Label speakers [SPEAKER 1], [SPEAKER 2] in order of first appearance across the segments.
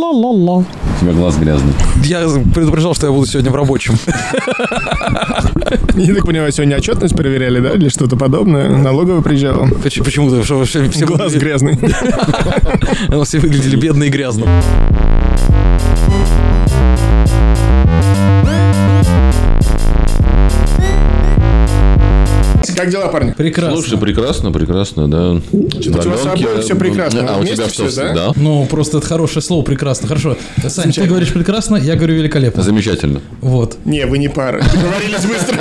[SPEAKER 1] Ла-ла-ла.
[SPEAKER 2] У тебя глаз грязный.
[SPEAKER 1] Я предупреждал, что я буду сегодня в рабочем.
[SPEAKER 3] Я так понимаю, сегодня отчетность проверяли, да, или что-то подобное? Налоговая приезжала?
[SPEAKER 1] Поч- Почему-то что все, все
[SPEAKER 3] Глаз
[SPEAKER 1] выглядели-
[SPEAKER 3] грязный.
[SPEAKER 1] все выглядели бедно и грязно.
[SPEAKER 3] Как дела, парни?
[SPEAKER 1] Прекрасно.
[SPEAKER 2] Слушай, прекрасно, прекрасно, да.
[SPEAKER 3] Типа, у вас с собой всё прекрасно.
[SPEAKER 2] А у
[SPEAKER 3] Вместе
[SPEAKER 2] тебя
[SPEAKER 3] всё,
[SPEAKER 2] что?
[SPEAKER 3] да?
[SPEAKER 2] Да.
[SPEAKER 4] Ну, просто это хорошее слово, прекрасно. Хорошо. Сань, ты
[SPEAKER 3] Замечательно.
[SPEAKER 4] говоришь прекрасно, я говорю великолепно.
[SPEAKER 2] Замечательно.
[SPEAKER 4] Вот.
[SPEAKER 3] Не, вы не пара. Договорились быстро.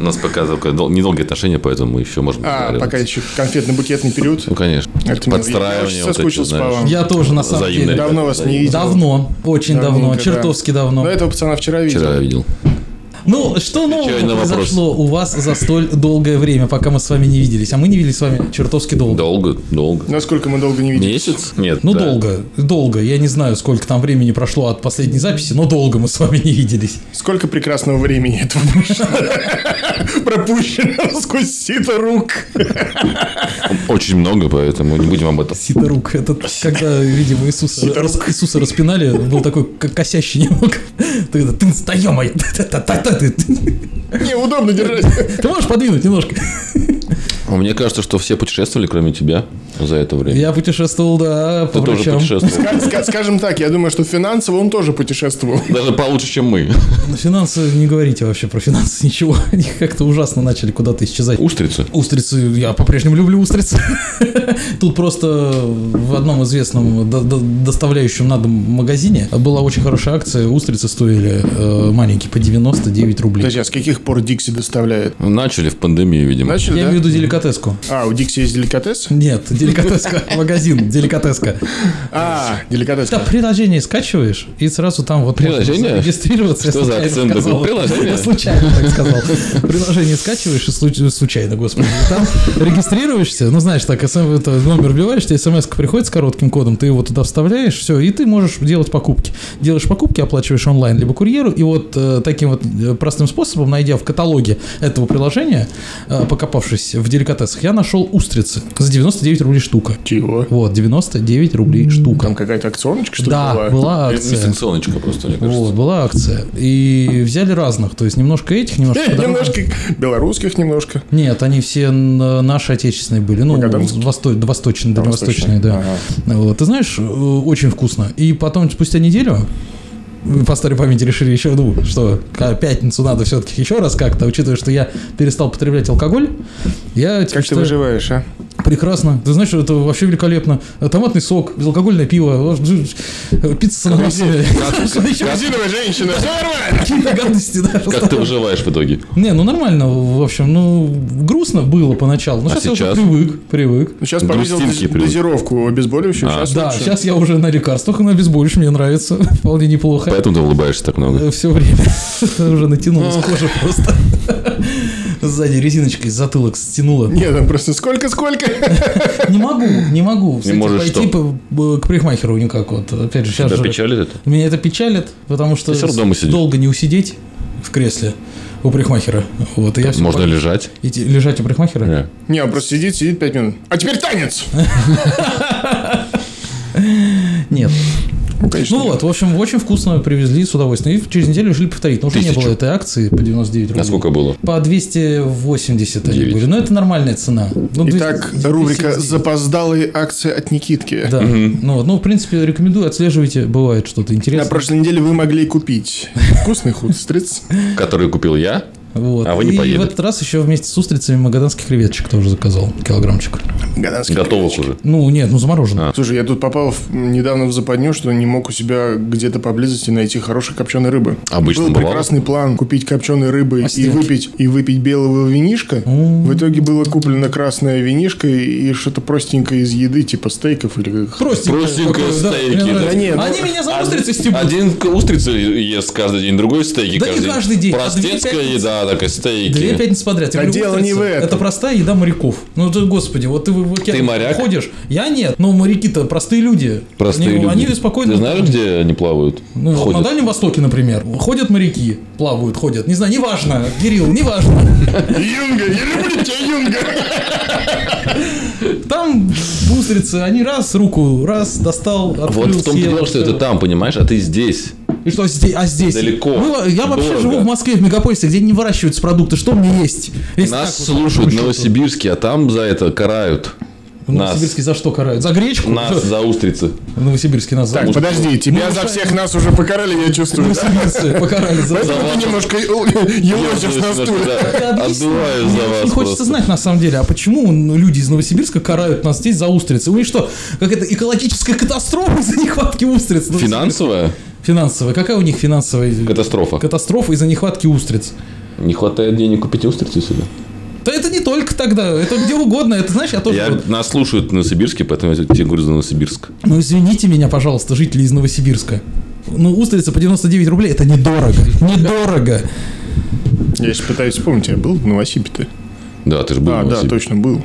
[SPEAKER 2] У нас пока только дол- недолгие отношения, поэтому еще можем
[SPEAKER 3] А,
[SPEAKER 2] договариваться.
[SPEAKER 3] пока еще конфетно-букетный период.
[SPEAKER 2] Ну, конечно.
[SPEAKER 3] Это мило. Я
[SPEAKER 2] Подстраивание.
[SPEAKER 3] очень
[SPEAKER 2] вот эти,
[SPEAKER 3] соскучился
[SPEAKER 2] знаешь.
[SPEAKER 3] по вам.
[SPEAKER 4] Я тоже, на самом
[SPEAKER 2] Взаимно,
[SPEAKER 4] деле.
[SPEAKER 2] ребята,
[SPEAKER 3] Давно вас не
[SPEAKER 2] взаимно.
[SPEAKER 3] видел.
[SPEAKER 4] Давно, очень давно,
[SPEAKER 3] Давненько, да. Ну,
[SPEAKER 4] чертовски давно.
[SPEAKER 3] Но этого пацана вчера видел.
[SPEAKER 2] Вчера видел.
[SPEAKER 4] Ну, что нового
[SPEAKER 2] Отвечай на вопрос.
[SPEAKER 4] произошло у вас за столь долгое время, пока мы с вами не виделись? А мы не виделись с вами чертовски долго.
[SPEAKER 2] Долго, долго.
[SPEAKER 3] Насколько мы долго не видели.
[SPEAKER 2] Месяц? Нет.
[SPEAKER 4] Ну,
[SPEAKER 2] да.
[SPEAKER 4] долго, долго. Я не знаю, сколько там времени прошло от последней записи, но долго мы с вами не виделись.
[SPEAKER 3] Сколько прекрасного времени этого прошло. пропущено сквозь сито рук.
[SPEAKER 2] Очень много, поэтому не будем об этом.
[SPEAKER 4] Сидорук, это когда, видимо, Иисуса, рас- Иисуса распинали, был такой к- косящий немного. Ты это, ты встаем, а я- та-та-та-та, ты ты
[SPEAKER 3] Неудобно держать.
[SPEAKER 4] можешь подвинуть немножко?
[SPEAKER 2] Мне кажется, что все путешествовали, кроме тебя, за это время.
[SPEAKER 4] Я путешествовал, да, по
[SPEAKER 2] Ты тоже
[SPEAKER 4] врачам.
[SPEAKER 2] путешествовал.
[SPEAKER 3] Ска- ска- Скажем так, я думаю, что финансово он тоже путешествовал.
[SPEAKER 2] Даже получше, чем мы.
[SPEAKER 4] Ну, Финансы, не говорите вообще про финансы, ничего. Они как-то ужасно начали куда-то исчезать.
[SPEAKER 2] Устрицы.
[SPEAKER 4] Устрицы, я по-прежнему люблю устрицы. Тут просто в одном известном до- до- доставляющем на дом магазине была очень хорошая акция. Устрицы стоили э, маленькие по 99 рублей.
[SPEAKER 3] Подожди, а с каких пор Дикси доставляет?
[SPEAKER 2] Начали в пандемию, видимо.
[SPEAKER 3] Начали,
[SPEAKER 4] Я
[SPEAKER 3] да?
[SPEAKER 4] имею в виду деликатеску.
[SPEAKER 3] А, у Дикси есть деликатес?
[SPEAKER 4] Нет, деликатеска, магазин, деликатеска.
[SPEAKER 3] А, деликатес.
[SPEAKER 4] Да, приложение скачиваешь, и сразу там вот можно
[SPEAKER 2] Приложение?
[SPEAKER 4] регистрироваться.
[SPEAKER 2] Что
[SPEAKER 4] я
[SPEAKER 2] за
[SPEAKER 4] случайно
[SPEAKER 2] акцент
[SPEAKER 4] сказал.
[SPEAKER 2] такой? Приложение?
[SPEAKER 4] Я случайно так сказал. Приложение скачиваешь и случ- случайно, господи. И Там регистрируешься, ну знаешь, так, SM это номер вбиваешь, тебе смс приходит с коротким кодом, ты его туда вставляешь, все, и ты можешь делать покупки. Делаешь покупки, оплачиваешь онлайн либо курьеру, и вот э, таким вот э, простым способом, найдя в каталоге этого приложения, э, покопавшись в деликатесах, я нашел устрицы за 99 рублей штука.
[SPEAKER 3] Чего?
[SPEAKER 4] Вот, 99 рублей штука.
[SPEAKER 3] Там какая-то акционочка, что ли,
[SPEAKER 4] Да, была, акция.
[SPEAKER 2] Дистанционочка просто, мне кажется.
[SPEAKER 4] Вот, была акция. И взяли разных. То есть немножко этих, немножко...
[SPEAKER 3] Э,
[SPEAKER 4] подороже.
[SPEAKER 3] Немножко белорусских немножко.
[SPEAKER 4] Нет, они все н- наши отечественные были. Ну,
[SPEAKER 3] Магаданские?
[SPEAKER 4] восто- восточные, дальневосточные,
[SPEAKER 3] Восточные.
[SPEAKER 4] да. Вот, ты знаешь, э, очень вкусно. И потом, спустя неделю, мы по старой памяти решили еще, ну, что к- пятницу надо все-таки еще раз как-то, учитывая, что я перестал потреблять алкоголь, я типа,
[SPEAKER 3] Как ты
[SPEAKER 4] считаю,
[SPEAKER 3] выживаешь, а?
[SPEAKER 4] прекрасно. Ты знаешь, это вообще великолепно. Томатный сок, безалкогольное пиво, э, пицца с ананасами. Что еще?
[SPEAKER 3] Резиновая женщина, все нормально.
[SPEAKER 4] Какие-то гадости, да.
[SPEAKER 2] Как ты выживаешь в итоге?
[SPEAKER 4] Не, ну нормально, в общем, ну грустно было поначалу, но
[SPEAKER 2] А
[SPEAKER 4] сейчас, я
[SPEAKER 2] сейчас?
[SPEAKER 4] уже привык, привык.
[SPEAKER 3] Ну, сейчас повесил
[SPEAKER 2] Грустинки
[SPEAKER 3] доз-
[SPEAKER 2] привык.
[SPEAKER 3] дозировку обезболивающего. Сейчас
[SPEAKER 4] Да,
[SPEAKER 3] лучше.
[SPEAKER 4] сейчас я уже на лекарствах и на обезболишь, мне нравится, вполне неплохо.
[SPEAKER 2] Поэтому ты улыбаешься так много.
[SPEAKER 4] Все время уже натянулась кожа просто. Сзади резиночкой затылок стянула.
[SPEAKER 3] Нет, там просто сколько-сколько.
[SPEAKER 4] Не могу, не могу. кстати,
[SPEAKER 2] можешь
[SPEAKER 4] пойти по- э, к парикмахеру никак. Вот опять же, сейчас
[SPEAKER 2] Тебя
[SPEAKER 4] же
[SPEAKER 2] печалит это?
[SPEAKER 4] меня это печалит, потому что
[SPEAKER 2] всё равно дома сидишь.
[SPEAKER 4] долго не усидеть в кресле у парикмахера. Вот, и я всё
[SPEAKER 2] Можно
[SPEAKER 4] по-
[SPEAKER 2] лежать? Э,
[SPEAKER 4] идти- лежать у парикмахера.
[SPEAKER 2] Да.
[SPEAKER 3] Не, он просто сидит, сидит пять минут. А теперь танец.
[SPEAKER 4] Нет.
[SPEAKER 3] Ну, конечно.
[SPEAKER 4] Ну вот, в общем, очень вкусно привезли с удовольствием. И через неделю решили повторить, потому что не
[SPEAKER 2] Тысячу.
[SPEAKER 4] было этой акции по 99 рублей.
[SPEAKER 2] А сколько было?
[SPEAKER 4] По 280 они
[SPEAKER 2] Девять.
[SPEAKER 4] были. Но это нормальная цена. Ну, 200
[SPEAKER 3] Итак, рубрика
[SPEAKER 4] 279.
[SPEAKER 3] «Запоздалые акции от Никитки».
[SPEAKER 4] Да. Ну, вот, ну, в принципе, рекомендую, отслеживайте, бывает что-то
[SPEAKER 3] На
[SPEAKER 4] интересное.
[SPEAKER 3] прошлой неделе вы могли купить вкусных устриц.
[SPEAKER 2] Который купил я?
[SPEAKER 4] Вот.
[SPEAKER 2] А вы не
[SPEAKER 4] И
[SPEAKER 2] поели.
[SPEAKER 4] в этот раз еще вместе с устрицами магаданских креветочек тоже заказал, килограммчик.
[SPEAKER 3] Гаданский
[SPEAKER 2] Готовых уже.
[SPEAKER 4] Ну, нет, ну замороженных.
[SPEAKER 2] А.
[SPEAKER 3] Слушай, я тут попал в- недавно в западню, что не мог у себя где-то поблизости найти хорошей копченой рыбы.
[SPEAKER 2] Обычно
[SPEAKER 3] Был
[SPEAKER 2] бывало.
[SPEAKER 3] прекрасный план купить копченой рыбы и
[SPEAKER 4] Остряки.
[SPEAKER 3] выпить, и выпить белого винишка. В итоге было куплено красное винишко и и что-то простенькое из еды, типа стейков или...
[SPEAKER 4] Простенькое
[SPEAKER 2] Простенькое
[SPEAKER 4] такое, да,
[SPEAKER 2] стейки,
[SPEAKER 4] мне
[SPEAKER 2] да.
[SPEAKER 4] нравится.
[SPEAKER 3] Да не, ну,
[SPEAKER 4] Они меня за устрицы
[SPEAKER 3] а
[SPEAKER 4] стебут.
[SPEAKER 2] Один к- устрицы ест каждый день, другой стейки
[SPEAKER 4] Да не
[SPEAKER 2] каждый,
[SPEAKER 4] каждый день, а
[SPEAKER 2] Простецкая
[SPEAKER 4] две пятницы.
[SPEAKER 2] еда, такая
[SPEAKER 4] Две
[SPEAKER 2] стейки.
[SPEAKER 4] пятницы подряд. Я
[SPEAKER 3] А
[SPEAKER 4] говорю,
[SPEAKER 3] дело не
[SPEAKER 4] «Устрицы,
[SPEAKER 3] в этом».
[SPEAKER 4] Это простая еда моряков. Ну, ты, господи, вот ты в в океан
[SPEAKER 2] Ты моряк?
[SPEAKER 4] ходишь. Я нет, но моряки-то простые люди.
[SPEAKER 2] Простые
[SPEAKER 4] они,
[SPEAKER 2] люди.
[SPEAKER 4] Они спокойно...
[SPEAKER 2] Ты знаешь, где они плавают?
[SPEAKER 4] Ну, вот на
[SPEAKER 2] Ходят.
[SPEAKER 4] Дальнем Востоке, например, ходят моряки, плавают, ходят. Не знаю, неважно, Кирилл, неважно.
[SPEAKER 3] Юнга, я люблю тебя, Юнга!
[SPEAKER 4] Там бусрицы, они раз руку, раз достал, открыл,
[SPEAKER 2] Вот в том
[SPEAKER 4] съел,
[SPEAKER 2] дело, что это
[SPEAKER 4] всё.
[SPEAKER 2] там, понимаешь, а ты здесь.
[SPEAKER 4] И что здесь? А здесь?
[SPEAKER 2] Далеко,
[SPEAKER 4] Ну, я вообще
[SPEAKER 2] дорого.
[SPEAKER 4] живу в Москве, в мегаполисе, где не выращиваются продукты. Что мне есть? Если
[SPEAKER 2] Нас
[SPEAKER 4] так вот,
[SPEAKER 2] слушают в
[SPEAKER 4] по большому счету.
[SPEAKER 2] Новосибирске, а там за это карают.
[SPEAKER 4] В Новосибирске за что карают? За гречку?
[SPEAKER 2] Нас за устрицы.
[SPEAKER 4] В Новосибирске нас
[SPEAKER 3] Так,
[SPEAKER 4] за...
[SPEAKER 3] подожди, тебя за всех нас уже покарали, я чувствую. да?
[SPEAKER 4] Новосибирцы покарали за...
[SPEAKER 3] Поэтому
[SPEAKER 2] За
[SPEAKER 3] ты
[SPEAKER 2] вашу-
[SPEAKER 3] немножко елозишь на стуле.
[SPEAKER 4] Я объясню.
[SPEAKER 2] Отдуваю
[SPEAKER 4] Мне
[SPEAKER 2] за
[SPEAKER 4] очень
[SPEAKER 2] вас
[SPEAKER 4] хочется
[SPEAKER 2] просто.
[SPEAKER 4] знать, на самом деле, а почему ну, люди из Новосибирска карают нас здесь за устрицы? У них что, какая-то экологическая катастрофа из-за нехватки устриц? в Новосибирске?
[SPEAKER 2] Финансовая
[SPEAKER 4] Финансовая. Какая у них финансовая
[SPEAKER 2] катастрофа.
[SPEAKER 4] катастрофа из-за нехватки устриц?
[SPEAKER 2] Не хватает денег купить устрицу сюда.
[SPEAKER 4] Да это не только тогда, это где угодно, это знаешь, я тоже...
[SPEAKER 2] Я,
[SPEAKER 4] вот-
[SPEAKER 2] нас слушают в Новосибирске, поэтому я тебе говорю за Новосибирск.
[SPEAKER 4] Ну извините меня, пожалуйста, жители из Новосибирска. Ну, устрица по 99 рублей, это недорого, недорого.
[SPEAKER 3] Я сейчас пытаюсь вспомнить, я был в Новосибе-то?
[SPEAKER 2] Да, ты же был в
[SPEAKER 3] А, да,
[SPEAKER 2] Новосибирске.
[SPEAKER 3] точно, был.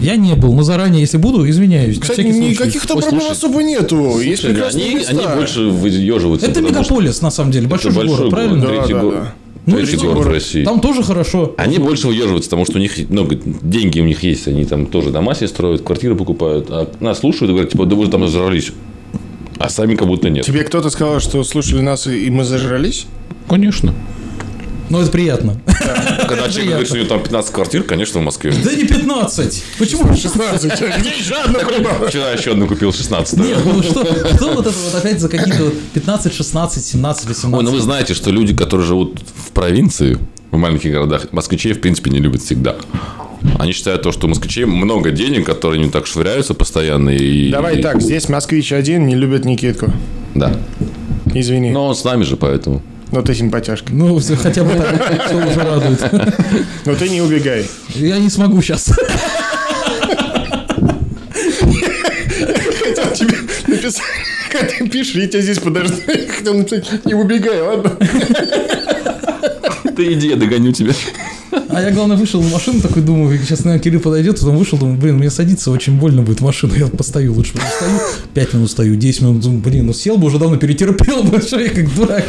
[SPEAKER 4] Я не был, но заранее, если буду, извиняюсь. на
[SPEAKER 3] Кстати,
[SPEAKER 4] всякий случай.
[SPEAKER 3] никаких там
[SPEAKER 2] Ой,
[SPEAKER 3] проблем
[SPEAKER 2] слушай,
[SPEAKER 3] особо нету. Есть
[SPEAKER 2] Слушай,
[SPEAKER 3] прекрасные
[SPEAKER 2] они,
[SPEAKER 3] места.
[SPEAKER 2] они больше выеживаются.
[SPEAKER 4] Это
[SPEAKER 2] потому что
[SPEAKER 4] мегаполис, на самом деле, большой,
[SPEAKER 2] это
[SPEAKER 4] же город, правильно?
[SPEAKER 3] Да,
[SPEAKER 2] третий
[SPEAKER 3] да,
[SPEAKER 2] го-
[SPEAKER 3] да.
[SPEAKER 4] Ну,
[SPEAKER 2] третий
[SPEAKER 4] третий
[SPEAKER 2] город,
[SPEAKER 4] город.
[SPEAKER 2] России.
[SPEAKER 4] Там тоже хорошо.
[SPEAKER 2] Они больше выеживаются, потому что у них ну, деньги у них есть. Они там тоже дома себе строят, квартиры покупают. А нас слушают и говорят, типа, да вы же там зажрались. А сами как будто нет.
[SPEAKER 3] Тебе кто-то сказал, что слушали нас и мы зажрались?
[SPEAKER 2] Конечно.
[SPEAKER 4] Но это приятно.
[SPEAKER 2] Когда человек говорит, что у него там 15 квартир, конечно, в Москве.
[SPEAKER 4] Да не 15. Почему?
[SPEAKER 3] 16. Где еще одна проблема?
[SPEAKER 2] Вчера еще одну купил, 16
[SPEAKER 4] Нет, ну что, что вот это вот опять за какие-то вот 15, 16, 17, 18?
[SPEAKER 2] Ой, ну вы знаете, что люди, которые живут в провинции, в маленьких городах, москвичей, в принципе, не любят всегда. Они считают то, что у москвичей много денег, которые не так швыряются постоянно. И,
[SPEAKER 3] Давай
[SPEAKER 2] и-
[SPEAKER 3] так, здесь москвич один не любит Никитку.
[SPEAKER 2] Да.
[SPEAKER 3] Извини, но,
[SPEAKER 2] Но он с нами же, поэтому.
[SPEAKER 3] ты симпатяшка.
[SPEAKER 4] Ну, всё, хотя бы так, что уже радует.
[SPEAKER 3] Но ты не убегай.
[SPEAKER 4] Я не смогу сейчас.
[SPEAKER 3] Хотел тебе написать, когда ты пишешь, я тебя здесь подожду. Я Хотел написать, не убегай, ладно?
[SPEAKER 2] Ты иди, я догоню тебя.
[SPEAKER 4] А я, главное, вышел на машину, такой думаю, сейчас, наверное, Кирилл подойдет, потом вышел, думаю, блин, мне садиться очень больно будет в машину, я постою лучше. Потом Стою, 5 минут стою, 10 минут, думаю, блин, ну сел бы, уже давно перетерпел бы, что я как дурак.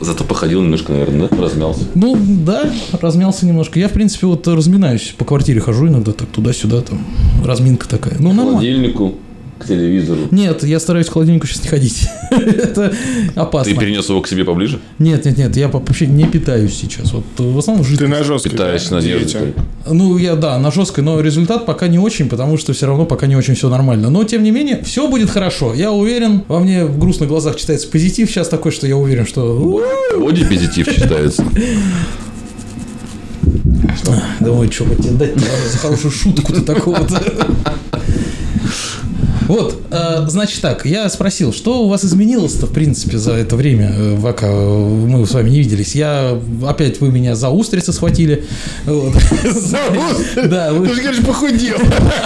[SPEAKER 2] Зато походил немножко, наверное, да? Размялся.
[SPEAKER 4] Ну, да, размялся немножко. Я, в принципе, вот разминаюсь, по квартире хожу иногда, так туда-сюда, там, разминка такая. Ну,
[SPEAKER 2] К
[SPEAKER 4] нормально.
[SPEAKER 2] холодильнику, к телевизору.
[SPEAKER 4] Нет, я стараюсь к холодильнику сейчас не ходить. Это
[SPEAKER 2] Ты
[SPEAKER 4] опасно.
[SPEAKER 2] перенес его к себе поближе?
[SPEAKER 4] Нет, нет, нет, я по- вообще не питаюсь сейчас. Вот э, в основном жидкость.
[SPEAKER 3] Ты на жесткой.
[SPEAKER 2] Питаясь
[SPEAKER 3] да,
[SPEAKER 2] надеждой
[SPEAKER 3] диете.
[SPEAKER 2] только.
[SPEAKER 4] Ну, я, да, на жесткой, но результат пока не очень, потому что все равно пока не очень все нормально. Но, тем не менее, все будет хорошо. Я уверен, во мне в грустных глазах читается позитив сейчас такой, что я уверен, что... у,
[SPEAKER 2] Боди позитив считается.
[SPEAKER 4] Думаю, что бы тебе дать за хорошую шутку-то такого-то. Вот, э, значит так, я спросил, что у вас изменилось-то, в принципе, за это время, э, пока э, мы с вами не виделись? Я, опять вы меня за устрицы схватили. Вот. Да, вы
[SPEAKER 3] Ты же говоришь, похудел.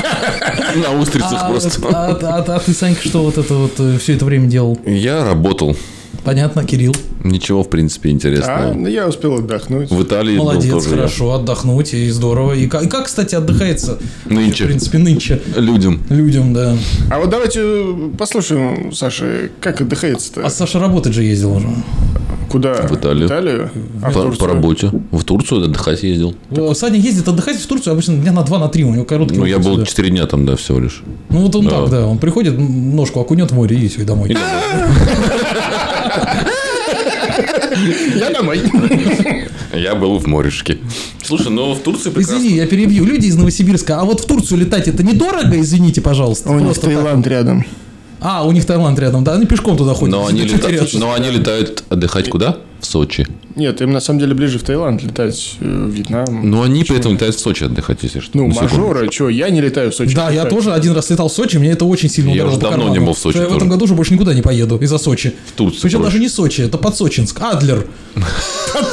[SPEAKER 2] На устрицах
[SPEAKER 4] А,
[SPEAKER 2] просто.
[SPEAKER 4] А, а- а- а ты, Санька, что вот это вот все это время делал?
[SPEAKER 2] Я работал.
[SPEAKER 4] Понятно, Кирилл.
[SPEAKER 2] Ничего, в принципе,
[SPEAKER 3] А,
[SPEAKER 2] интересного.
[SPEAKER 3] ну я успел отдохнуть.
[SPEAKER 2] В Италии был
[SPEAKER 4] Молодец,
[SPEAKER 2] тоже я.
[SPEAKER 4] хорошо, отдохнуть и здорово. И как, и как, кстати, отдыхается?
[SPEAKER 2] Нынче.
[SPEAKER 4] В принципе, нынче.
[SPEAKER 2] Людям.
[SPEAKER 4] Людям, да.
[SPEAKER 3] А вот давайте э, послушаем, Саша, как отдыхается-то?
[SPEAKER 4] А Саша работать же ездил уже.
[SPEAKER 3] Куда?
[SPEAKER 2] В Италию.
[SPEAKER 3] А в
[SPEAKER 2] По,
[SPEAKER 3] Турцию?
[SPEAKER 2] по работе. В Турцию отдыхать ездил.
[SPEAKER 4] О, Саня ездит отдыхать в Турцию обычно дня на два, на три, у него короткий.
[SPEAKER 2] Ну, я
[SPEAKER 4] отпуск,
[SPEAKER 2] был
[SPEAKER 4] да.
[SPEAKER 2] 4 дня там, да, всего лишь.
[SPEAKER 4] Ну, вот он
[SPEAKER 2] Да.
[SPEAKER 4] так, да. Он приходит, м, ножку окунет в море и все, и домой.
[SPEAKER 3] Я домой.
[SPEAKER 2] Я был в морешке. Слушай, ну в Турции
[SPEAKER 4] Извини, я перебью. Люди из Новосибирска, а вот в Турцию летать это недорого, извините, пожалуйста.
[SPEAKER 3] А У них
[SPEAKER 4] Просто так.
[SPEAKER 3] Таиланд рядом.
[SPEAKER 4] А, у них Таиланд рядом, да, они пешком туда ходят.
[SPEAKER 2] Но они,
[SPEAKER 4] Чё
[SPEAKER 2] лета-
[SPEAKER 4] теряться?
[SPEAKER 2] но они летают отдыхать куда? В Сочи.
[SPEAKER 3] Нет, им на самом деле ближе в Таиланд летать, э, в Вьетнам.
[SPEAKER 4] Ну,
[SPEAKER 2] Но они при этом летают в Сочи отдыхать, если что.
[SPEAKER 3] Ну,
[SPEAKER 2] На секунду.
[SPEAKER 3] мажоры, что, я не летаю в Сочи.
[SPEAKER 4] Да, я
[SPEAKER 3] Так.
[SPEAKER 4] тоже один раз летал в Сочи, мне это очень сильно
[SPEAKER 2] Я
[SPEAKER 4] ударило
[SPEAKER 2] уже
[SPEAKER 4] по
[SPEAKER 2] давно
[SPEAKER 4] карману.
[SPEAKER 2] не был в Сочи
[SPEAKER 4] Что Я в
[SPEAKER 2] тоже.
[SPEAKER 4] этом году уже больше никуда не поеду из-за Сочи. В
[SPEAKER 2] Турцию
[SPEAKER 4] Причем
[SPEAKER 2] проще.
[SPEAKER 4] даже не Сочи, это Подсочинск, Адлер.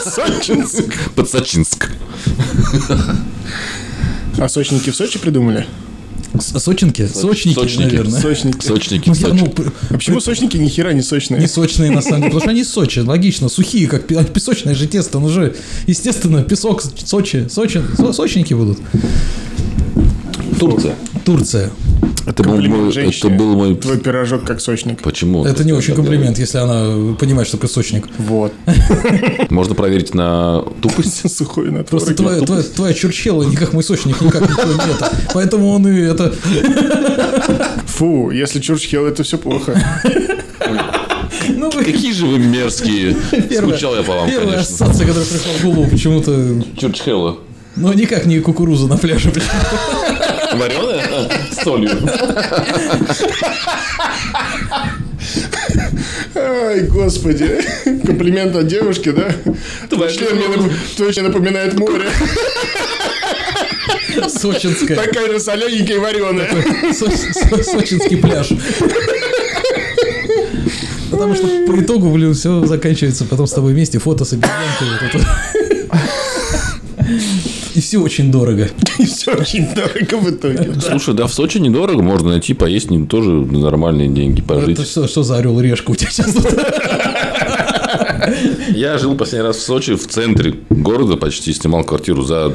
[SPEAKER 3] Сочинск.
[SPEAKER 2] Под Сочинск.
[SPEAKER 3] А сочники в Сочи придумали?
[SPEAKER 4] С- Сочинки? Сочники,
[SPEAKER 2] Сочники.
[SPEAKER 4] наверное.
[SPEAKER 3] Сочники.
[SPEAKER 2] Сочники,
[SPEAKER 4] Ну,
[SPEAKER 2] в
[SPEAKER 4] я,
[SPEAKER 2] Сочи.
[SPEAKER 4] ну, п-
[SPEAKER 3] А почему сочники ни хера не
[SPEAKER 4] не
[SPEAKER 3] сочные?
[SPEAKER 4] сочные на самом деле, потому что они из Сочи, логично, сухие, как пе- песочное же тесто, ну же, естественно, песок с- Сочи, Сочи, Со- сочники будут.
[SPEAKER 2] Турция.
[SPEAKER 4] Турция.
[SPEAKER 2] Это был,
[SPEAKER 3] Комплимент
[SPEAKER 2] мой, это
[SPEAKER 3] женщине.
[SPEAKER 2] был мой...
[SPEAKER 3] Твой пирожок как сочник.
[SPEAKER 2] Почему?
[SPEAKER 4] Это не очень комплимент, если она понимает, что такое сочник.
[SPEAKER 3] Вот.
[SPEAKER 2] Можно проверить на тупость.
[SPEAKER 3] Сухой на
[SPEAKER 4] Просто твоя, твоя, твоя чурчела никак мой сочник никак ничего нет. Поэтому он и это...
[SPEAKER 3] Фу, если Чурчхелл, это все плохо.
[SPEAKER 4] Ну,
[SPEAKER 2] Какие же вы мерзкие.
[SPEAKER 4] первая-
[SPEAKER 2] Скучал я по вам,
[SPEAKER 4] Первая
[SPEAKER 2] конечно.
[SPEAKER 4] ассоциация, которая пришла в голову почему-то...
[SPEAKER 2] Чурчхелла.
[SPEAKER 4] Ну, никак не кукуруза на пляже. блин.
[SPEAKER 2] Вареная? А, С солью.
[SPEAKER 3] Ай, господи. Комплимент от девушки, да? Твой член мне нап- твой член напоминает море.
[SPEAKER 4] Сочинская.
[SPEAKER 3] Такая же солененькая и вареная.
[SPEAKER 4] Со- со- Сочинский пляж. Потому что по итогу, блин, все заканчивается потом с тобой вместе, фото с обезьянкой. вот это. И все очень дорого.
[SPEAKER 3] И все очень дорого в итоге.
[SPEAKER 2] Слушай, да в Сочи недорого, можно найти, поесть не- тоже нормальные деньги, пожить.
[SPEAKER 4] Это что, что за орел решка у тебя сейчас? тут?
[SPEAKER 2] Я жил последний раз в Сочи, в центре города почти, снимал квартиру за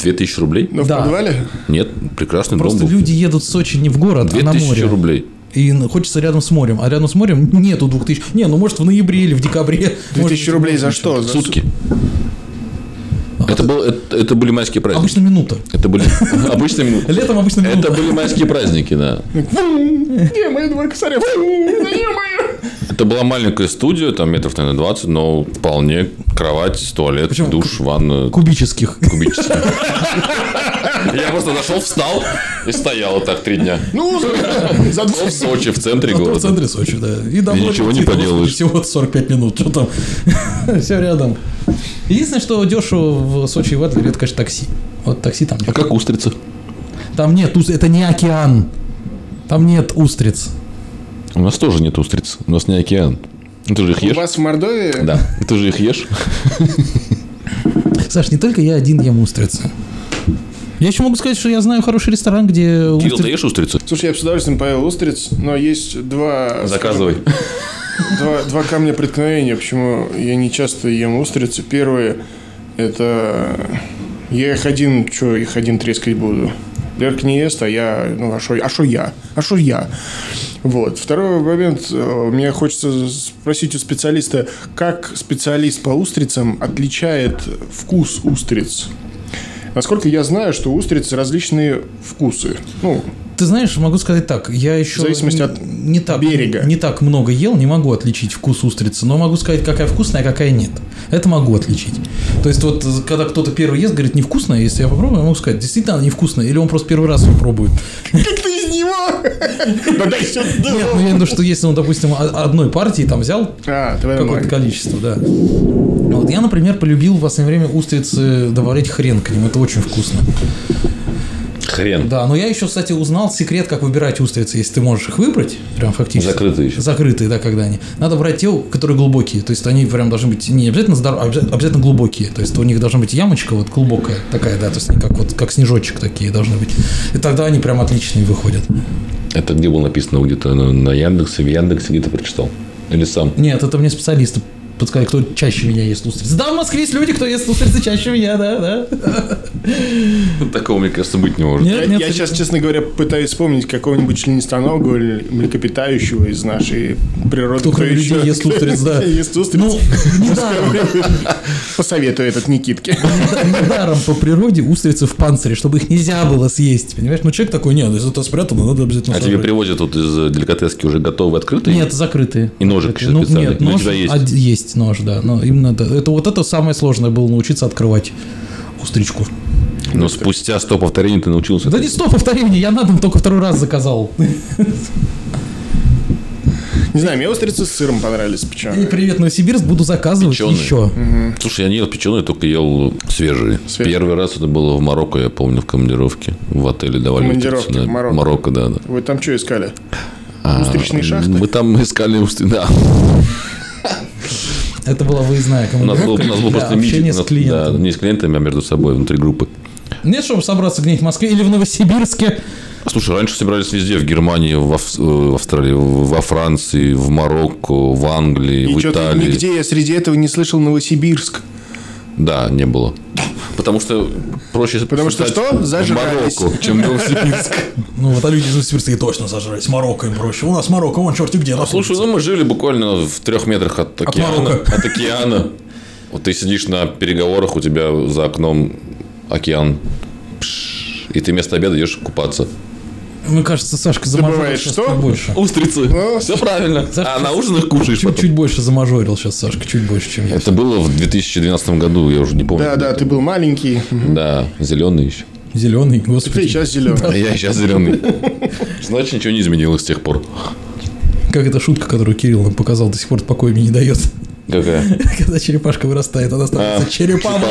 [SPEAKER 2] 2000 рублей.
[SPEAKER 3] Но в
[SPEAKER 4] Да.
[SPEAKER 3] подвале?
[SPEAKER 2] Нет, прекрасный
[SPEAKER 4] Просто
[SPEAKER 2] дом был.
[SPEAKER 4] люди едут в Сочи не в город, а на
[SPEAKER 2] 2000
[SPEAKER 4] море.
[SPEAKER 2] рублей.
[SPEAKER 4] И хочется рядом с морем. А рядом с морем нету двух тысяч. Не, ну может в ноябре или в декабре.
[SPEAKER 3] 2000 рублей за что? За
[SPEAKER 2] Сутки. Это, был, это, это были майские праздники.
[SPEAKER 4] Обычно минута.
[SPEAKER 2] Это были обычные минуты.
[SPEAKER 4] Летом обычно минута.
[SPEAKER 2] Это были майские праздники, да.
[SPEAKER 3] Где мои два косаря?
[SPEAKER 2] Это была маленькая студия, там метров, наверное, 20, но вполне кровать, туалет,
[SPEAKER 4] Причем
[SPEAKER 2] душ, ванна
[SPEAKER 4] Кубических.
[SPEAKER 2] кубическая. Я просто зашел, встал и стоял вот так три дня.
[SPEAKER 3] Ну, за- за
[SPEAKER 2] В
[SPEAKER 3] двух
[SPEAKER 2] Сочи, в центре
[SPEAKER 4] Зато в
[SPEAKER 2] города.
[SPEAKER 4] центре Сочи, да. И домой
[SPEAKER 2] ничего не
[SPEAKER 4] летит,
[SPEAKER 2] поделаешь.
[SPEAKER 4] Всего 45 минут, что там. Все рядом. Единственное, что дешево в Сочи и в Адлере, это, конечно, такси. Вот такси там
[SPEAKER 2] А
[SPEAKER 4] нет.
[SPEAKER 2] как устрица?
[SPEAKER 4] Там нет, ус- это не океан. Там нет устриц.
[SPEAKER 2] У нас тоже нет устриц. У нас не океан. Ну, Ты же их
[SPEAKER 3] У
[SPEAKER 2] ешь?
[SPEAKER 3] вас в Мордовии?
[SPEAKER 2] Да. Ты же их ешь?
[SPEAKER 4] Саш, не только я один ем устрицы. Я еще могу сказать, что я знаю хороший ресторан, где
[SPEAKER 2] Кирилл, ты
[SPEAKER 4] устрицы...
[SPEAKER 2] ешь устрицу?
[SPEAKER 3] Слушай, я бы с удовольствием поел устриц, но есть
[SPEAKER 2] А
[SPEAKER 3] два...
[SPEAKER 2] Заказывай.
[SPEAKER 3] Два, два камня преткновения, почему я не часто ем устрицы. Первое, это я их один, что их один трескать буду. Лерка не ест, а я, ну, а что а шо я? А что я? Вот. Второй момент, э, мне хочется спросить у специалиста, как специалист по устрицам отличает вкус устриц? Насколько я знаю, что у устриц различные вкусы. Ну,
[SPEAKER 4] Ты знаешь, могу сказать так, я еще
[SPEAKER 3] В зависимости
[SPEAKER 4] н-
[SPEAKER 3] от
[SPEAKER 4] не так,
[SPEAKER 3] берега.
[SPEAKER 4] не так много ел, не могу отличить вкус устрицы, но могу сказать, какая вкусная, а какая нет. Это могу отличить. То есть вот э, когда кто-то первый ест, говорит, невкусная, если я попробую, я могу сказать, действительно она невкусная, или он просто первый раз ее пробует.
[SPEAKER 3] как ты из него? Да дай сюда.
[SPEAKER 4] Нет, ну я имею в виду, что если он, допустим, о- одной партии там взял
[SPEAKER 3] А, ты в этом
[SPEAKER 4] какое-то
[SPEAKER 3] плане.
[SPEAKER 4] количество, да. Вот я, например, полюбил в последнее время устрицы добавлять хрен к ним, это очень вкусно.
[SPEAKER 2] Хрен.
[SPEAKER 4] Да, но я еще, кстати, узнал секрет, как выбирать устрицы, если ты можешь их выбрать, прям фактически.
[SPEAKER 2] Закрытые еще.
[SPEAKER 4] Закрытые, да, когда они. Надо брать те, которые глубокие, то есть они прям должны быть не обязательно здоровые, а обяза- обязательно глубокие, то есть у них должна быть ямочка вот глубокая такая, да, то есть они как вот как снежочек такие должны быть, и тогда они прям отличные выходят.
[SPEAKER 2] Это где было написано? Где-то на, на Яндексе, в Яндексе где-то прочитал? Или сам?
[SPEAKER 4] Нет, это мне специалисты подсказали, кто чаще меня ест устрицы. Да, в Москве есть люди, кто ест устрицы чаще меня, да, да.
[SPEAKER 2] Такого, мне кажется, быть не может.
[SPEAKER 4] Нет,
[SPEAKER 3] Э, Я,
[SPEAKER 4] нет,
[SPEAKER 3] сейчас, честно говоря, пытаюсь вспомнить какого-нибудь членистоногого или млекопитающего из нашей природы.
[SPEAKER 4] Кто, кроме
[SPEAKER 3] еще
[SPEAKER 4] людей, ест устриц, да.
[SPEAKER 3] Ест устриц.
[SPEAKER 4] Ну, недаром,
[SPEAKER 3] Посоветую этот Никитке.
[SPEAKER 4] недаром по природе устрицы в панцире, чтобы их нельзя было съесть, понимаешь? Ну, человек такой, нет, если это спрятано, надо обязательно
[SPEAKER 2] А тебе
[SPEAKER 4] сожрать».
[SPEAKER 2] привозят вот из э, деликатески уже готовые, открытые?
[SPEAKER 4] Нет, закрытые.
[SPEAKER 2] И ножик еще
[SPEAKER 4] ну,
[SPEAKER 2] специальный.
[SPEAKER 4] нет,
[SPEAKER 2] Ну, у
[SPEAKER 4] нож,
[SPEAKER 2] тебя есть.
[SPEAKER 4] а, есть нож, да. Но им надо. Это вот это самое сложное было научиться открывать устричку.
[SPEAKER 2] Но Ну, спустя 100 повторений ты научился.
[SPEAKER 4] Да не сто повторений, я на дом только второй раз заказал.
[SPEAKER 3] Не знаю, мне устрицы с сыром понравились
[SPEAKER 4] И
[SPEAKER 3] почему.
[SPEAKER 4] привет, Новосибирск, буду заказывать
[SPEAKER 2] Печеные.
[SPEAKER 4] еще.
[SPEAKER 2] Слушай, я не ел печеные, только ел свежие.
[SPEAKER 3] Свежие.
[SPEAKER 2] Первый раз это было в Марокко, я помню, в командировке. В отеле давали.
[SPEAKER 3] Командировки
[SPEAKER 2] устрицы, да.
[SPEAKER 3] в Марокко.
[SPEAKER 2] Марокко, да, да.
[SPEAKER 3] Вы там что искали?
[SPEAKER 2] А,
[SPEAKER 3] Устричные шахты?
[SPEAKER 2] Мы там искали устри... Да.
[SPEAKER 4] Это была выездная
[SPEAKER 2] У нас был, у
[SPEAKER 4] командировка.
[SPEAKER 2] нас был
[SPEAKER 4] для
[SPEAKER 2] просто
[SPEAKER 4] общения
[SPEAKER 2] митинг.
[SPEAKER 4] с
[SPEAKER 2] у нас-
[SPEAKER 4] клиентом.
[SPEAKER 2] Да, не с клиентами, а между собой, внутри группы.
[SPEAKER 4] Нет, чтобы собраться где-нибудь в Москве или в Новосибирске.
[SPEAKER 2] А Слушай, раньше собирались везде. В Германии, в, Авс- э, в Австралии, в- во Франции, в Марокко, в Англии,
[SPEAKER 3] И
[SPEAKER 2] в
[SPEAKER 3] что-то
[SPEAKER 2] Италии.
[SPEAKER 3] нигде я среди этого не слышал Новосибирск.
[SPEAKER 2] Да, не было. Потому что проще
[SPEAKER 3] Потому что
[SPEAKER 2] слетать
[SPEAKER 3] что?
[SPEAKER 2] в
[SPEAKER 3] Зажрались.
[SPEAKER 2] Марокко, чем в Новосибирск.
[SPEAKER 4] Ну, вот а люди из Новосибирска и точно сожрались. Марокко им проще. У нас Марокко, вон черти где. на
[SPEAKER 2] Слушай, ну мы жили буквально в трех метрах от океана.
[SPEAKER 4] Марокко.
[SPEAKER 2] От океана. Вот ты сидишь на переговорах, у тебя за окном океан. Пш. И ты вместо обеда идешь купаться.
[SPEAKER 4] Мне кажется, Сашка замажорил
[SPEAKER 3] бывает
[SPEAKER 4] сейчас
[SPEAKER 3] что?
[SPEAKER 4] побольше.
[SPEAKER 2] Устрицы. Все правильно.
[SPEAKER 4] Саша,
[SPEAKER 2] а на ужин их кушаешь потом.
[SPEAKER 4] Чуть-чуть больше замажорил сейчас Сашка, чуть больше, чем я.
[SPEAKER 2] Это было в 2012 году, я уже не помню.
[SPEAKER 3] Да, да, ты был маленький.
[SPEAKER 2] Да, зеленый еще.
[SPEAKER 4] Зеленый,
[SPEAKER 3] Ты
[SPEAKER 4] господи.
[SPEAKER 3] сейчас зеленый.
[SPEAKER 2] А я сейчас зеленый. Значит, ничего не изменилось с тех пор.
[SPEAKER 4] Как эта шутка, которую Кирилл нам показал, до сих пор покоя мне не дает.
[SPEAKER 2] Какая?
[SPEAKER 4] Когда черепашка вырастает, она становится черепаном.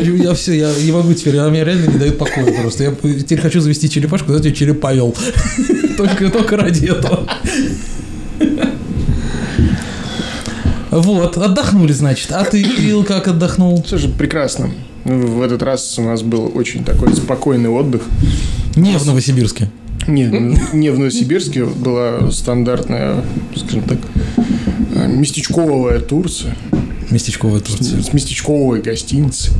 [SPEAKER 4] Я все, я не могу теперь, она мне реально не дает покоя просто. Я теперь хочу завести черепашку, дать ее черепавел. Только, только ради этого. Вот, отдохнули, значит. А ты, Кирилл, как отдохнул?
[SPEAKER 3] Слушай, прекрасно. В этот раз у нас был очень такой спокойный отдых.
[SPEAKER 4] Не в Новосибирске.
[SPEAKER 3] Не, ну, не в Новосибирске была стандартная, скажем так, э, местечковая Турция.
[SPEAKER 4] Местечковая Турция.
[SPEAKER 3] с местечковой гостиницы.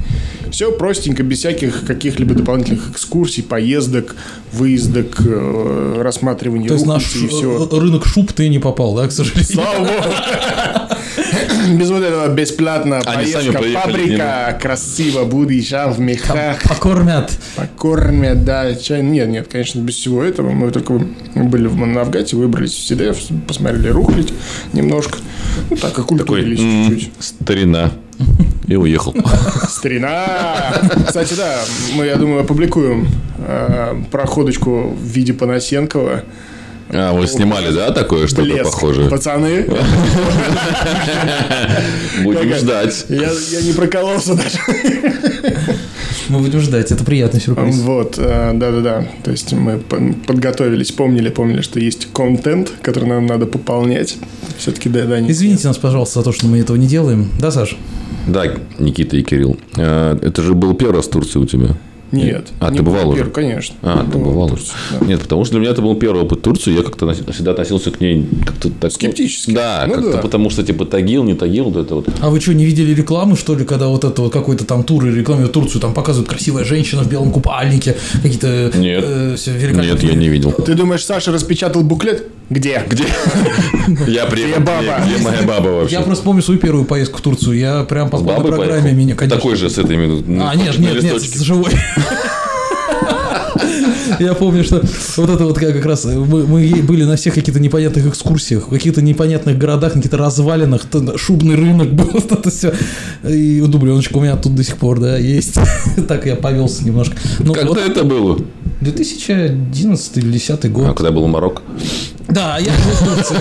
[SPEAKER 3] Все простенько, без всяких каких-либо дополнительных экскурсий, поездок, выездок, э, рассматривания
[SPEAKER 4] То есть
[SPEAKER 3] рухляди
[SPEAKER 4] наш
[SPEAKER 3] и все.
[SPEAKER 4] э, рынок шуб ты не попал, да, к сожалению?
[SPEAKER 3] Слава богу. Без вот этого бесплатно
[SPEAKER 2] Они сами
[SPEAKER 3] поездка,
[SPEAKER 2] приехали к
[SPEAKER 3] фабрика, красиво, будешь а, в мехах,
[SPEAKER 4] Покормят.
[SPEAKER 3] покормят, да, чай. Нет, нет, конечно, без всего этого. Мы только были в Манавгате, выбрались в СИДЕФ, посмотрели рухлить немножко. Ну, так, окультурились чуть-чуть.
[SPEAKER 2] Старина. И уехал.
[SPEAKER 3] Старина! Кстати, да, мы, я думаю, опубликуем э, проходочку в виде Панасенкова.
[SPEAKER 2] А, вы снимали, да, такое что-то
[SPEAKER 3] Блеск.
[SPEAKER 2] похожее?
[SPEAKER 3] Пацаны,
[SPEAKER 2] Будем
[SPEAKER 3] Какая-
[SPEAKER 2] ждать.
[SPEAKER 3] я, я не прокололся даже.
[SPEAKER 4] Мы будем ждать, это приятный сюрприз.
[SPEAKER 3] Вот, э, да-да-да. То есть мы пон- подготовились, помнили, помнили, что есть контент, который нам надо пополнять. Все-таки, да, да, не-
[SPEAKER 4] Извините нас, пожалуйста, за то, что мы этого не делаем. Да, Саш?
[SPEAKER 2] Да, Никита и Кирилл. э, Это же был первый раз в Турции у тебя.
[SPEAKER 3] Нет.
[SPEAKER 2] А,
[SPEAKER 3] не
[SPEAKER 2] ты бывал
[SPEAKER 3] первый,
[SPEAKER 2] уже?
[SPEAKER 3] Конечно. Ну,
[SPEAKER 2] А, ты бывал уже.
[SPEAKER 3] да.
[SPEAKER 2] Нет, потому что для меня это был первый опыт Турции. Я как-то носил- всегда относился к ней как-то так... ну,
[SPEAKER 3] Скептически.
[SPEAKER 2] Да,
[SPEAKER 3] Ну
[SPEAKER 2] как-то
[SPEAKER 3] да.
[SPEAKER 2] потому что типа Тагил, не Тагил, вот это вот.
[SPEAKER 4] А вы что, не видели рекламы, что ли, когда вот это вот какой-то там тур или рекламируют Турцию, там показывают красивая женщина в белом купальнике, какие-то... э,
[SPEAKER 2] Нет.
[SPEAKER 4] все
[SPEAKER 2] Нет, я не видел.
[SPEAKER 3] Ты думаешь, Саша распечатал буклет? Где?
[SPEAKER 2] Где? Я приехал.
[SPEAKER 3] баба?
[SPEAKER 2] Где моя баба
[SPEAKER 4] Я
[SPEAKER 2] вообще?
[SPEAKER 4] просто помню свою первую поездку в Турцию. Я прям по
[SPEAKER 2] С
[SPEAKER 4] полной
[SPEAKER 2] бабой
[SPEAKER 4] программе
[SPEAKER 2] поехал?
[SPEAKER 4] меня, конечно.
[SPEAKER 2] Такой же с этой ну,
[SPEAKER 4] А,
[SPEAKER 2] на
[SPEAKER 4] нет, нет, нет,
[SPEAKER 2] листочке.
[SPEAKER 4] с живой. Я помню, что вот это вот как как раз мы, мы е- были на всех каких-то непонятных экскурсиях, в каких-то непонятных городах, на каких-то развалинах, то на- шубный рынок был, вот это все. И дубленочка у меня тут до сих пор, да, есть. Так я повелся немножко. Ну,
[SPEAKER 2] Когда
[SPEAKER 4] вот
[SPEAKER 2] это было?
[SPEAKER 4] 2011 или 2010
[SPEAKER 2] А,
[SPEAKER 4] год.
[SPEAKER 2] когда был Марокко?
[SPEAKER 4] Да, я жил в Турции.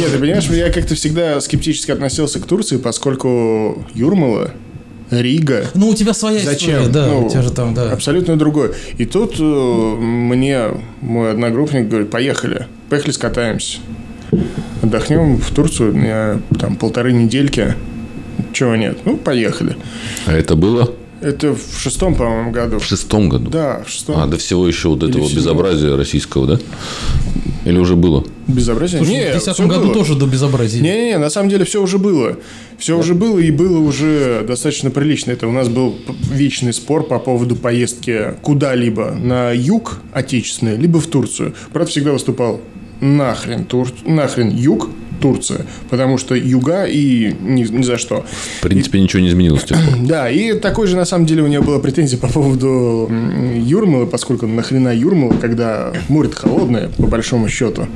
[SPEAKER 3] Нет, ты понимаешь, я как-то всегда скептически относился к Турции, поскольку Юрмала, Рига,
[SPEAKER 4] Ну, у тебя своя история,
[SPEAKER 3] Зачем?
[SPEAKER 4] да,
[SPEAKER 3] Ну,
[SPEAKER 4] у тебя же там, да.
[SPEAKER 3] Абсолютно другой. И тут э, мне мой одногруппник говорит, поехали, поехали скатаемся. Отдохнем в Турцию, у меня там полторы недельки, чего нет. Ну, поехали.
[SPEAKER 2] А это было
[SPEAKER 3] Это в шестом, по-моему, году.
[SPEAKER 2] в шестом году.
[SPEAKER 3] Да, в шестом.
[SPEAKER 2] А, до всего еще вот этого
[SPEAKER 3] всего.
[SPEAKER 2] безобразия российского, да? Или уже было?
[SPEAKER 3] Безобразие.
[SPEAKER 4] Слушай, ну,
[SPEAKER 3] Не,
[SPEAKER 4] в 2010
[SPEAKER 3] всё
[SPEAKER 4] году
[SPEAKER 3] было.
[SPEAKER 4] тоже до безобразия.
[SPEAKER 3] Не-не-не, на самом деле все уже было. Все уже было и было уже достаточно прилично. Это у нас был п- вечный спор по поводу поездки куда-либо на юг отечественный, либо в Турцию. Брат всегда выступал нахрен, Тур... нахрен юг, Турция, потому что юга и ни, ни за что.
[SPEAKER 2] В принципе, ничего не изменилось с тех пор.
[SPEAKER 3] Да, и такой же, на самом деле, у меня была претензия по поводу м, Юрмала, поскольку нахрена Юрмала, когда море холодное, по большому счету.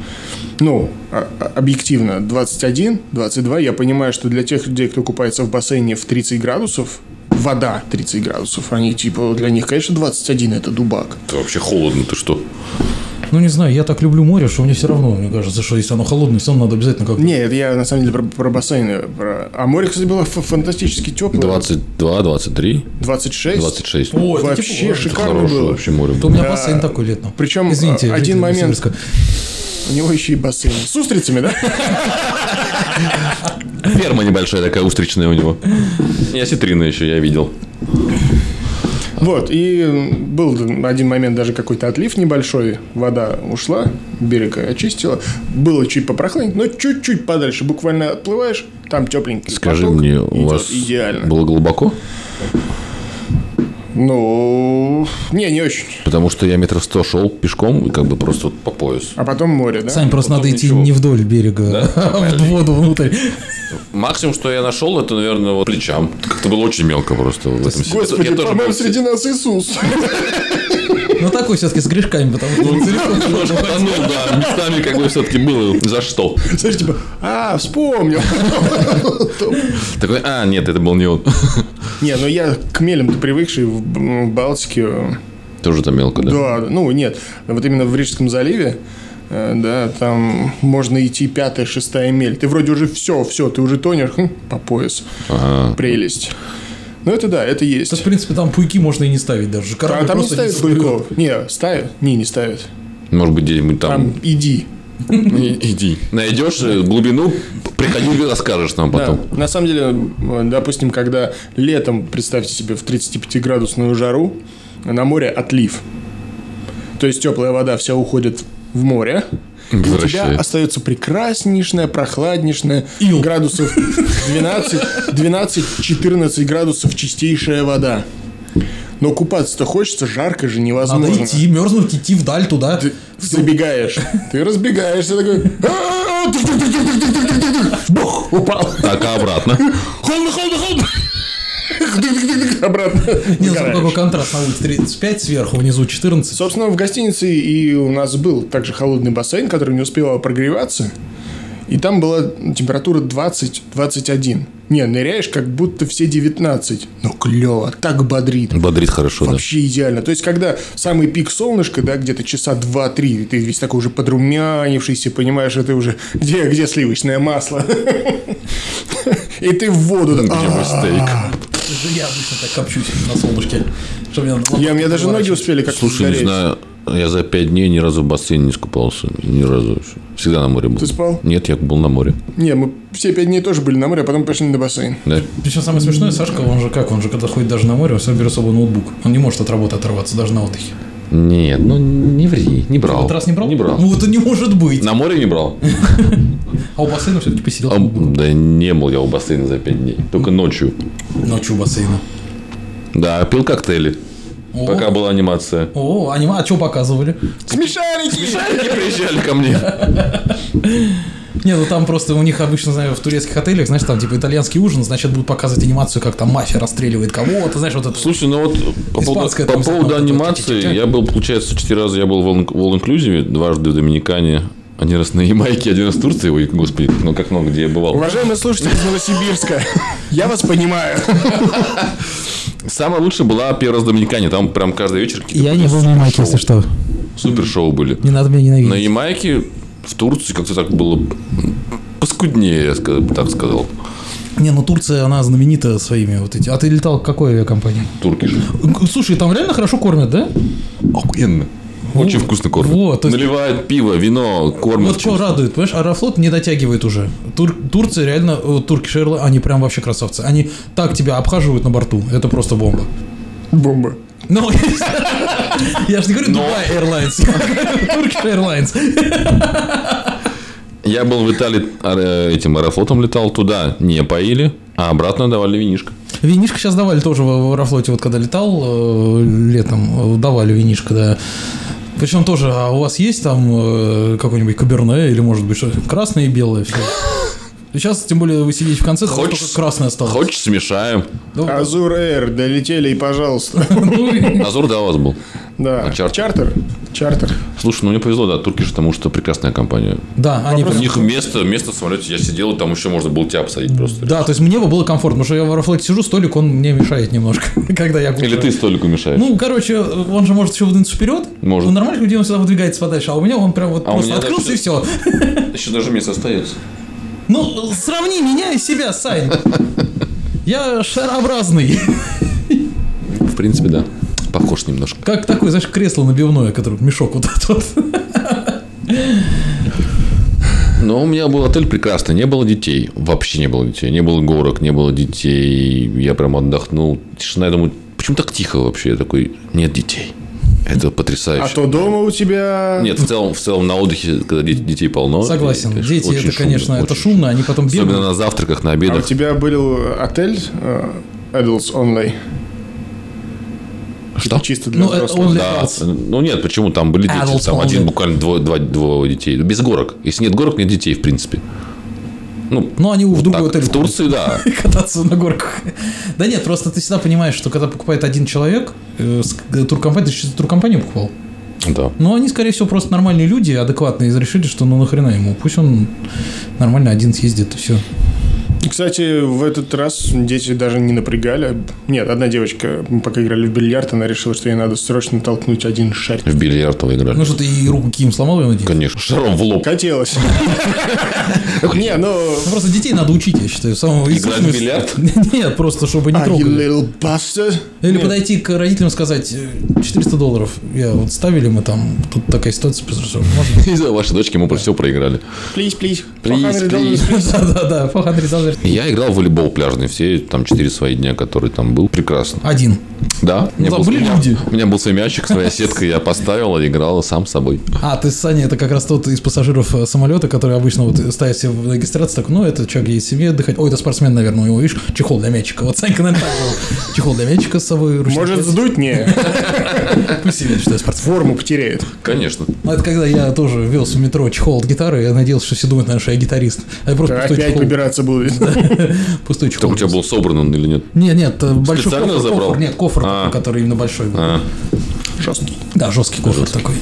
[SPEAKER 3] Ну, а- а- объективно, 21, 22, я понимаю, что для тех людей, кто купается в бассейне в 30 градусов, вода 30 градусов, они типа, для них, конечно, 21 это дубак.
[SPEAKER 2] Это вообще холодно, ты что?
[SPEAKER 4] Ну, не знаю, я так люблю море, что мне все равно, мне кажется, что если оно холодное, все равно надо обязательно как-то...
[SPEAKER 3] Не, это я на самом деле про, про бассейны. про- А море, кстати, было ф- фантастически теплое.
[SPEAKER 2] 22, 23,
[SPEAKER 3] 26.
[SPEAKER 2] 26.
[SPEAKER 4] О, это
[SPEAKER 3] Вообще
[SPEAKER 4] тепло.
[SPEAKER 3] шик-
[SPEAKER 2] Это
[SPEAKER 3] шикарно
[SPEAKER 2] хорошее
[SPEAKER 3] было.
[SPEAKER 2] вообще море.
[SPEAKER 4] То у меня
[SPEAKER 3] Да.
[SPEAKER 4] бассейн такой летом.
[SPEAKER 3] Причем,
[SPEAKER 4] Извините,
[SPEAKER 3] а, один
[SPEAKER 4] жители
[SPEAKER 3] момент-
[SPEAKER 4] Новосибирска.
[SPEAKER 3] У него еще и бассейн. С устрицами, да?
[SPEAKER 2] а Ферма небольшая такая устричная у него. И осетрина еще я видел.
[SPEAKER 3] Вот, и м, был д- один момент даже какой-то отлив небольшой, вода ушла, берег очистила, было чуть попрохладнее, но чуть-чуть подальше, буквально отплываешь, там тепленький
[SPEAKER 2] Скажи
[SPEAKER 3] поток
[SPEAKER 2] мне, у
[SPEAKER 3] идет
[SPEAKER 2] вас
[SPEAKER 3] идеально.
[SPEAKER 2] было глубоко?
[SPEAKER 3] Ну, не, не очень.
[SPEAKER 2] Потому что я метров сто шел пешком и как бы просто вот по пояс.
[SPEAKER 3] А потом море, да?
[SPEAKER 4] Сань, просто надо
[SPEAKER 2] потом
[SPEAKER 4] идти
[SPEAKER 2] ничего.
[SPEAKER 4] не вдоль берега, а в воду внутрь.
[SPEAKER 2] Максимум, что я нашел, это, наверное, вот плечам. Как-то было очень мелко просто в этом ситуации.
[SPEAKER 3] Господи,
[SPEAKER 2] Я тоже
[SPEAKER 3] по-моему,
[SPEAKER 2] был-
[SPEAKER 3] среди нас Иисус.
[SPEAKER 4] Но Ну, такой все-таки с грешками, потому что
[SPEAKER 3] Ну,
[SPEAKER 4] он целиком
[SPEAKER 2] Немножко тонул, да. Местами как бы все-таки было. За что?
[SPEAKER 3] Знаешь, типа, а, вспомнил.
[SPEAKER 2] Такой, а, нет, это был не он.
[SPEAKER 3] Не, ну я к мелям-то привыкший в Б- в Балтике.
[SPEAKER 2] Тоже там мелко, да?
[SPEAKER 3] Да, ну нет, вот именно в Рижском заливе, э, да, там можно идти пятая, шестая мель. Ты вроде уже все, все, ты уже тонешь хм, по пояс.
[SPEAKER 2] Ага.
[SPEAKER 3] Прелесть. Ну это да, это
[SPEAKER 4] Это, в
[SPEAKER 3] есть.
[SPEAKER 4] принципе, там пуйки можно и не ставить даже.
[SPEAKER 3] А
[SPEAKER 4] Корабль
[SPEAKER 3] там не
[SPEAKER 4] просто
[SPEAKER 3] ставят
[SPEAKER 4] всплывет.
[SPEAKER 3] быков? Не, ставят? Не, не ставят.
[SPEAKER 2] Может быть, где-нибудь там...
[SPEAKER 3] Там иди.
[SPEAKER 2] И- Иди. Найдешь э, глубину, приходи и расскажешь нам
[SPEAKER 3] Да,
[SPEAKER 2] потом.
[SPEAKER 3] на самом деле, э, допустим, когда летом, представьте себе, в 35-градусную жару, на море отлив. То есть теплая вода вся уходит в море. И у тебя
[SPEAKER 2] Возвращает.
[SPEAKER 3] остается прекраснейшая, прохладнейшая,
[SPEAKER 4] Ил.
[SPEAKER 3] градусов 12, 12-14 градусов чистейшая вода. Но купаться-то хочется, жарко же невозможно.
[SPEAKER 4] Надо идти, мерзнуть, идти вдаль туда.
[SPEAKER 3] Ты забегаешь, ты разбегаешься такой... «А, «А-а-а!» Тук-тук-тук-тук-тук-тук-тук. Бух, упал.
[SPEAKER 2] Так, а обратно?
[SPEAKER 3] Холодно, холодно, холодно. Тык-тык-тык-тык, Обратно.
[SPEAKER 4] Не знаю,
[SPEAKER 3] Сгораешь.
[SPEAKER 4] какой контраст на улице 35 сверху, внизу 14.
[SPEAKER 3] Собственно, в гостинице и у нас был также холодный бассейн, который не успевал прогреваться. И там была температура 20-21. Не, ныряешь как будто все 19. Но клево, так бодрит.
[SPEAKER 2] Бодрит хорошо, да.
[SPEAKER 3] Вообще идеально. То есть, когда самый пик солнышка, да, где-то часа 2-3, и ты весь такой уже подрумянившийся, понимаешь, что ты уже... Где, где сливочное масло? И ты в воду... так,
[SPEAKER 2] Где мой
[SPEAKER 3] «А,
[SPEAKER 2] стейк?
[SPEAKER 4] Это же я обычно так копчусь на солнышке. Что мне надо
[SPEAKER 3] Я, у меня даже ноги
[SPEAKER 4] поворачивать.
[SPEAKER 3] успели как-то
[SPEAKER 2] Слушай, не
[SPEAKER 3] сгореть.
[SPEAKER 2] знаю, я за пять дней ни разу в бассейне не искупался. Ни разу вообще. Всегда на море был.
[SPEAKER 3] Ты спал?
[SPEAKER 2] Нет, я был на море.
[SPEAKER 3] Не, мы все пять дней тоже были на море, а потом пошли на бассейн.
[SPEAKER 2] Да?
[SPEAKER 4] Причем самое смешное, Сашка, он же как, он же когда ходит даже на море, он все берет с собой ноутбук. Он не может от работы оторваться даже на отдыхе.
[SPEAKER 2] Нет, ну не ври, не
[SPEAKER 4] В
[SPEAKER 2] брал.
[SPEAKER 4] этот раз не брал?
[SPEAKER 2] Не брал.
[SPEAKER 4] Ну это не может быть.
[SPEAKER 2] На море не брал?
[SPEAKER 4] А у бассейна все-таки посидел
[SPEAKER 2] А, да не был я у бассейна за пять дней. Только ночью.
[SPEAKER 4] ночью у бассейна.
[SPEAKER 2] Да, а пил коктейли.
[SPEAKER 4] О.
[SPEAKER 2] Пока была анимация.
[SPEAKER 4] О, анима, а что показывали?
[SPEAKER 3] Смешарики!
[SPEAKER 2] Они приезжали ко мне.
[SPEAKER 4] Не, ну там просто у них обычно, знаю, в турецких отелях, знаешь, там типа итальянский ужин, значит, будут показывать анимацию, как там мафия расстреливает кого-то, знаешь, вот это.
[SPEAKER 2] Слушай, ну вот по поводу,
[SPEAKER 4] Испанская
[SPEAKER 2] по
[SPEAKER 4] там
[SPEAKER 2] поводу
[SPEAKER 4] сама вот эта
[SPEAKER 2] анимации,
[SPEAKER 4] тя-тя-тя.
[SPEAKER 2] я был, получается, четыре раза я был в all- в All Inclusive, дважды в Доминикане, один раз на Ямайке, один раз в Турции. Ой, господи, ну как много где я бывал.
[SPEAKER 3] Уважаемые слушатели из Новосибирска, я вас понимаю.
[SPEAKER 2] Самое лучшее была первый раз в Доминикане, там прям каждый вечер какие-то
[SPEAKER 4] не был в Ямайке, если что.
[SPEAKER 2] супер шоу были.
[SPEAKER 4] Не надо меня
[SPEAKER 2] На
[SPEAKER 4] ненавидеть.
[SPEAKER 2] Ямайке в Турции как-то так было поскуднее, я ска- так сказал.
[SPEAKER 4] Не, ну Турция, она знаменита своими вот эти. А ты летал к какой авиакомпании?
[SPEAKER 2] Турки же.
[SPEAKER 4] Г- Слушай, там реально хорошо кормят, да?
[SPEAKER 2] Охуенно. Очень вкусно кормят.
[SPEAKER 4] вот, то есть-
[SPEAKER 2] Наливают пиво, вино, кормят.
[SPEAKER 4] Вот что
[SPEAKER 2] вкусно.
[SPEAKER 4] радует, понимаешь, Аэрофлот не дотягивает уже. Тур- Турция реально, вот турки Шерла, они прям вообще красавцы. Они так тебя обхаживают на борту, это просто бомба.
[SPEAKER 3] Бомба.
[SPEAKER 4] Ну, я же не говорю
[SPEAKER 2] Но.
[SPEAKER 4] Dubai Airlines, я говорю Turkish Airlines.
[SPEAKER 2] Я был в Италии а, э, этим аэрофлотом летал, туда не поили, а обратно давали винишко.
[SPEAKER 4] Винишко сейчас давали тоже в в Аэрофлоте, вот когда летал э, летом, э, давали винишко, да. Причем тоже, а у вас есть там э, какой-нибудь каберне или может быть что красное и белое все? Сейчас, тем более, вы сидите в конце, там
[SPEAKER 2] Хочешь-
[SPEAKER 4] только красное осталось.
[SPEAKER 2] Хочешь, смешаем.
[SPEAKER 4] Ну,
[SPEAKER 3] Азур Эйр, долетели и пожалуйста.
[SPEAKER 4] ну, и-
[SPEAKER 2] Азур до вас был.
[SPEAKER 3] Да.
[SPEAKER 2] А чартер?
[SPEAKER 3] Чартер? Чартер.
[SPEAKER 2] Слушай, ну мне повезло, да, турки же, потому что прекрасная компания.
[SPEAKER 4] Да, они
[SPEAKER 2] У
[SPEAKER 4] прям-
[SPEAKER 2] них место, место в самолете, я сидел, и там еще можно было тебя посадить просто.
[SPEAKER 4] Да, то есть мне бы было комфортно, потому что я в Аэрофлоте сижу, столик, он мне мешает немножко, когда я
[SPEAKER 2] Или
[SPEAKER 4] кушаю.
[SPEAKER 2] ты столику мешаешь.
[SPEAKER 4] Ну, короче, он же может еще выдвинуться вперед.
[SPEAKER 2] Может.
[SPEAKER 4] У нормальных людей он всегда выдвигается подальше, а у меня он прям вот
[SPEAKER 2] А у
[SPEAKER 4] просто
[SPEAKER 2] меня так
[SPEAKER 4] открылся и все.
[SPEAKER 2] Еще даже место остается.
[SPEAKER 4] Ну, сравни меня и себя, Сань. Я шарообразный.
[SPEAKER 2] В принципе, да. Похож немножко.
[SPEAKER 4] Как такое, знаешь, кресло набивное, которое мешок вот этот вот.
[SPEAKER 2] Но у меня был отель прекрасный, не было детей. Вообще не было детей. Не было горок, не было детей. Я прям отдохнул. Тишина, я думаю, Почему так тихо вообще? Я такой, нет детей. Это потрясающе.
[SPEAKER 3] А то дома у тебя...
[SPEAKER 2] Нет, в целом, в целом на отдыхе, когда де- детей полно.
[SPEAKER 4] Согласен.
[SPEAKER 2] и,
[SPEAKER 4] Дети,
[SPEAKER 2] очень
[SPEAKER 4] это, конечно, это
[SPEAKER 2] очень
[SPEAKER 4] шумно, они потом
[SPEAKER 2] Особенно
[SPEAKER 4] бегают.
[SPEAKER 2] на завтраках, на
[SPEAKER 3] А у
[SPEAKER 2] обедах.
[SPEAKER 3] тебя был отель э, Adults Only?
[SPEAKER 2] Что?
[SPEAKER 3] Чисто для
[SPEAKER 4] Ну, э,
[SPEAKER 3] взрослых.
[SPEAKER 4] only
[SPEAKER 2] Да.
[SPEAKER 4] adults.
[SPEAKER 2] Ну нет, почему там были дети?
[SPEAKER 4] Adults
[SPEAKER 2] Там
[SPEAKER 4] only.
[SPEAKER 2] один буквально двое, два- двое детей. Без горок. Если нет горок, нет детей, в принципе. Ну,
[SPEAKER 4] Ну, они в другой
[SPEAKER 2] так,
[SPEAKER 4] отель
[SPEAKER 2] в Турции, да.
[SPEAKER 4] кататься на горках. Да нет, просто ты всегда понимаешь, что когда покупает один человек, э, с- э, туркомпания, ты же туркомпанию покупал.
[SPEAKER 2] Да.
[SPEAKER 4] Ну, они, скорее всего, просто нормальные люди, адекватные, и решили, что ну нахрена ему, пусть он нормально один съездит и все.
[SPEAKER 3] И, Кстати, в этот раз дети даже не напрягали. Нет, одна девочка, мы пока играли в бильярд, она решила, что ей надо срочно толкнуть один шарик.
[SPEAKER 2] В бильярд вы играли.
[SPEAKER 4] Ну что ты и руку Ким сломал, я надеюсь?
[SPEAKER 2] Конечно. Шаром в лоб.
[SPEAKER 3] Хотелось. Не, ну...
[SPEAKER 4] Ну, просто детей надо учить, я считаю, с самого
[SPEAKER 2] Играть в
[SPEAKER 4] изучения.
[SPEAKER 2] бильярд?
[SPEAKER 4] Нет, просто чтобы не
[SPEAKER 3] а, you
[SPEAKER 4] трогали.
[SPEAKER 3] little bastard.
[SPEAKER 4] Или
[SPEAKER 3] Нет.
[SPEAKER 4] подойти к родителям и сказать, э, 400 долларов, я вот ставили мы там, тут такая ситуация произошла. Можно?
[SPEAKER 2] И за ваши дочки мы про все проиграли.
[SPEAKER 3] Please, please.
[SPEAKER 2] Please,
[SPEAKER 3] $400,
[SPEAKER 2] please.
[SPEAKER 4] Да-да-да, 400 долларов.
[SPEAKER 2] Я играл в волейбол пляжный все там четыре свои дня, которые там был. Прекрасно.
[SPEAKER 4] Один.
[SPEAKER 2] Да. у меня
[SPEAKER 4] там
[SPEAKER 2] был-
[SPEAKER 4] Ну были
[SPEAKER 2] у меня-
[SPEAKER 4] люди.
[SPEAKER 2] У меня был свой мячик, своя сетка, я поставил и играл сам с собой.
[SPEAKER 4] А, ты, Саня, это как раз тот из пассажиров э, самолета, который обычно вот ставит себе в регистрации, так, ну, это человек едет себе отдыхать. Ой, это спортсмен, наверное, у него, видишь, чехол для мячика. Вот Санька, наверное, так был. Чехол для мячика с собой. ручной
[SPEAKER 3] Может,
[SPEAKER 4] кисть.
[SPEAKER 3] сдуть? Не,
[SPEAKER 4] Пусть видит, что я спортсмен.
[SPEAKER 3] форму потеряет.
[SPEAKER 2] Конечно.
[SPEAKER 4] Ну, это когда я тоже вез в метро чехол от гитары, я надеялся, что все думают, наверное, что я гитарист. А я просто пустой
[SPEAKER 3] Опять
[SPEAKER 4] чехол.
[SPEAKER 3] выбираться будет.
[SPEAKER 4] Пустой
[SPEAKER 2] Там
[SPEAKER 4] чехол.
[SPEAKER 2] у тебя был собран он или нет?
[SPEAKER 4] Нет, нет, э, большой
[SPEAKER 2] Специально
[SPEAKER 4] кофр,
[SPEAKER 2] забрал?
[SPEAKER 4] кофр, нет, кофр,
[SPEAKER 2] А.
[SPEAKER 4] который именно большой был.
[SPEAKER 2] А.
[SPEAKER 3] Жёсткий.
[SPEAKER 4] Да, жесткий кофр такой.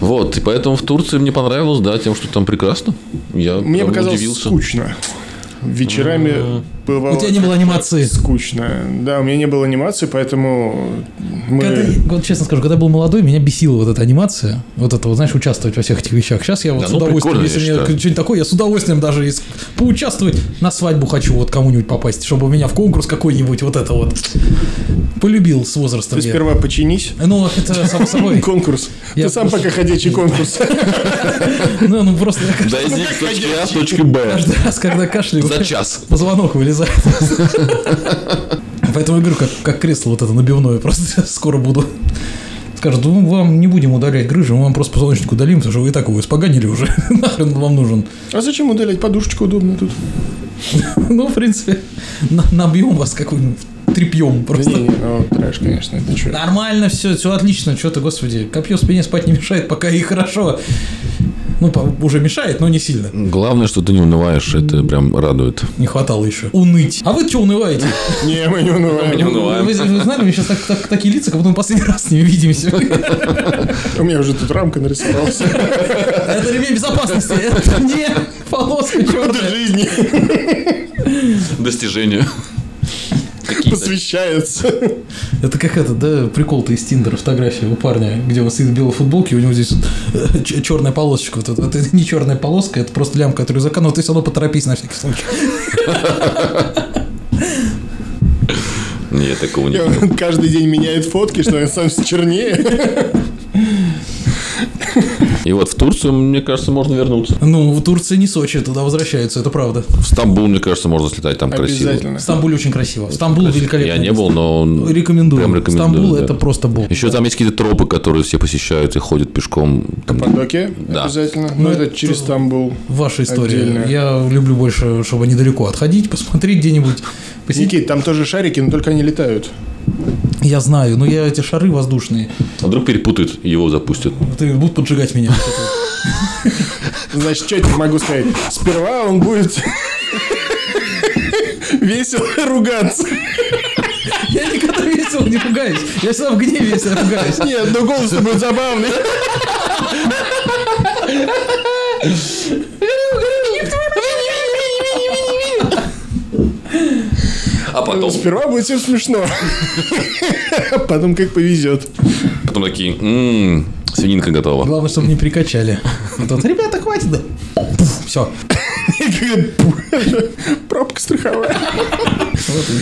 [SPEAKER 2] Вот, и поэтому в Турции мне понравилось, да, тем, что там прекрасно. Я
[SPEAKER 3] Мне
[SPEAKER 2] прям
[SPEAKER 3] показалось
[SPEAKER 2] удивился.
[SPEAKER 3] скучно. Вечерами бывало...
[SPEAKER 4] У тебя не было анимации.
[SPEAKER 3] Скучно. Да, у меня не было анимации, поэтому
[SPEAKER 4] Когда-
[SPEAKER 3] мы...
[SPEAKER 4] вот честно скажу, когда я был молодой, меня бесила вот эта анимация, вот это вот, знаешь, участвовать во всех этих вещах. Сейчас я вот
[SPEAKER 2] Да,
[SPEAKER 4] с
[SPEAKER 2] ну,
[SPEAKER 4] удовольствием,
[SPEAKER 2] прикольно,
[SPEAKER 4] если
[SPEAKER 2] я
[SPEAKER 4] мне
[SPEAKER 2] считаю.
[SPEAKER 4] что-нибудь такое, я с удовольствием даже из- поучаствовать на свадьбу хочу вот кому-нибудь попасть, чтобы у меня в конкурс какой-нибудь вот это вот полюбил с возрастом.
[SPEAKER 3] Ты
[SPEAKER 4] я.
[SPEAKER 3] сперва починись.
[SPEAKER 4] Ну, это само собой.
[SPEAKER 3] Конкурс.
[SPEAKER 4] Я
[SPEAKER 3] Ты сам
[SPEAKER 4] просто-
[SPEAKER 3] пока ходячий конкурс.
[SPEAKER 4] Ну, ну просто я каждый-
[SPEAKER 2] Дойди с точки А в точку Б.
[SPEAKER 4] каждый раз, когда кашляю,
[SPEAKER 2] За час.
[SPEAKER 4] позвонок вылезает. Поэтому я говорю, как, как кресло вот это набивное, просто скоро буду. Скажут, мы вам не будем удалять грыжи, мы вам просто позвоночник удалим, потому что вы и так его испоганили уже. Нахрен он вам нужен.
[SPEAKER 3] А зачем удалять? Подушечка удобно тут.
[SPEAKER 4] Ну, в принципе, на- набьем вас какой-нибудь трепьем
[SPEAKER 3] Да не,
[SPEAKER 4] просто.
[SPEAKER 3] не, ну, трэш, конечно, это чё.
[SPEAKER 4] Нормально, все, все отлично, что ты, господи, копье в спине спать не мешает, пока и хорошо. Ну, по- уже мешает, но не сильно.
[SPEAKER 2] Главное, что ты не унываешь, это прям радует.
[SPEAKER 4] Не хватало еще. Уныть. А вы что унываете?
[SPEAKER 3] Не, мы не унываем.
[SPEAKER 4] Вы, вы знали, мы сейчас так, так- такие лица, как будто мы последний раз с ними видимся.
[SPEAKER 3] У меня уже тут ремень нарисовалась.
[SPEAKER 4] Это ремень безопасности, это не полоска
[SPEAKER 3] Годы
[SPEAKER 4] черная.
[SPEAKER 3] жизни
[SPEAKER 2] Достижение.
[SPEAKER 3] посвящается.
[SPEAKER 4] Это как это, да, прикол-то из Тиндера, фотография у парня, где он стоит в белой футболке, и у него здесь э, черная полосочка. Вот это, это не черная полоска, это просто лямка от рюкзака, Ну, но ты все равно поторопись на всякий случай.
[SPEAKER 2] Нет, такого не
[SPEAKER 3] И
[SPEAKER 2] было.
[SPEAKER 3] он Каждый день меняет фотки, что он сам чернее.
[SPEAKER 2] И вот в Турцию, мне кажется, можно вернуться.
[SPEAKER 4] Ну, в Турции не Сочи, туда возвращаются, это правда.
[SPEAKER 2] В Стамбул, мне кажется, можно слетать, там красиво.
[SPEAKER 3] Обязательно.
[SPEAKER 4] В Стамбуле очень красиво. Стамбул великолепно. Ну,
[SPEAKER 2] Я не был, но...
[SPEAKER 4] Рекомендую.
[SPEAKER 2] Прям рекомендую,
[SPEAKER 4] Стамбул
[SPEAKER 2] да.
[SPEAKER 4] это просто бог.
[SPEAKER 2] Еще там есть какие-то тропы, которые все посещают и ходят пешком. Там-
[SPEAKER 3] Подоки
[SPEAKER 2] Да.
[SPEAKER 3] обязательно. Но это через Стамбул.
[SPEAKER 4] Ваша история.
[SPEAKER 3] Отдельная.
[SPEAKER 4] Я люблю больше, чтобы недалеко отходить, посмотреть где-нибудь, посетить.
[SPEAKER 3] Никит, там тоже шарики, но только они летают.
[SPEAKER 4] Я знаю, но я эти шары воздушные.
[SPEAKER 2] А вдруг перепутают, и его запустят.
[SPEAKER 4] Ты будут поджигать меня.
[SPEAKER 3] Значит, что я тебе могу сказать? Сперва он будет весело ругаться.
[SPEAKER 4] Я никогда весело не пугаюсь. Я всегда в гневе, если ругаюсь.
[SPEAKER 3] Нет, ну голос будет забавный.
[SPEAKER 2] А потом?
[SPEAKER 3] Сперва будет всем смешно. А Потом как повезет.
[SPEAKER 2] Потом такие, «М, свининка готова.
[SPEAKER 4] Главное, чтобы не прикачали. А тут, ребята, хватит. Да. Все.
[SPEAKER 3] Пробка страховая.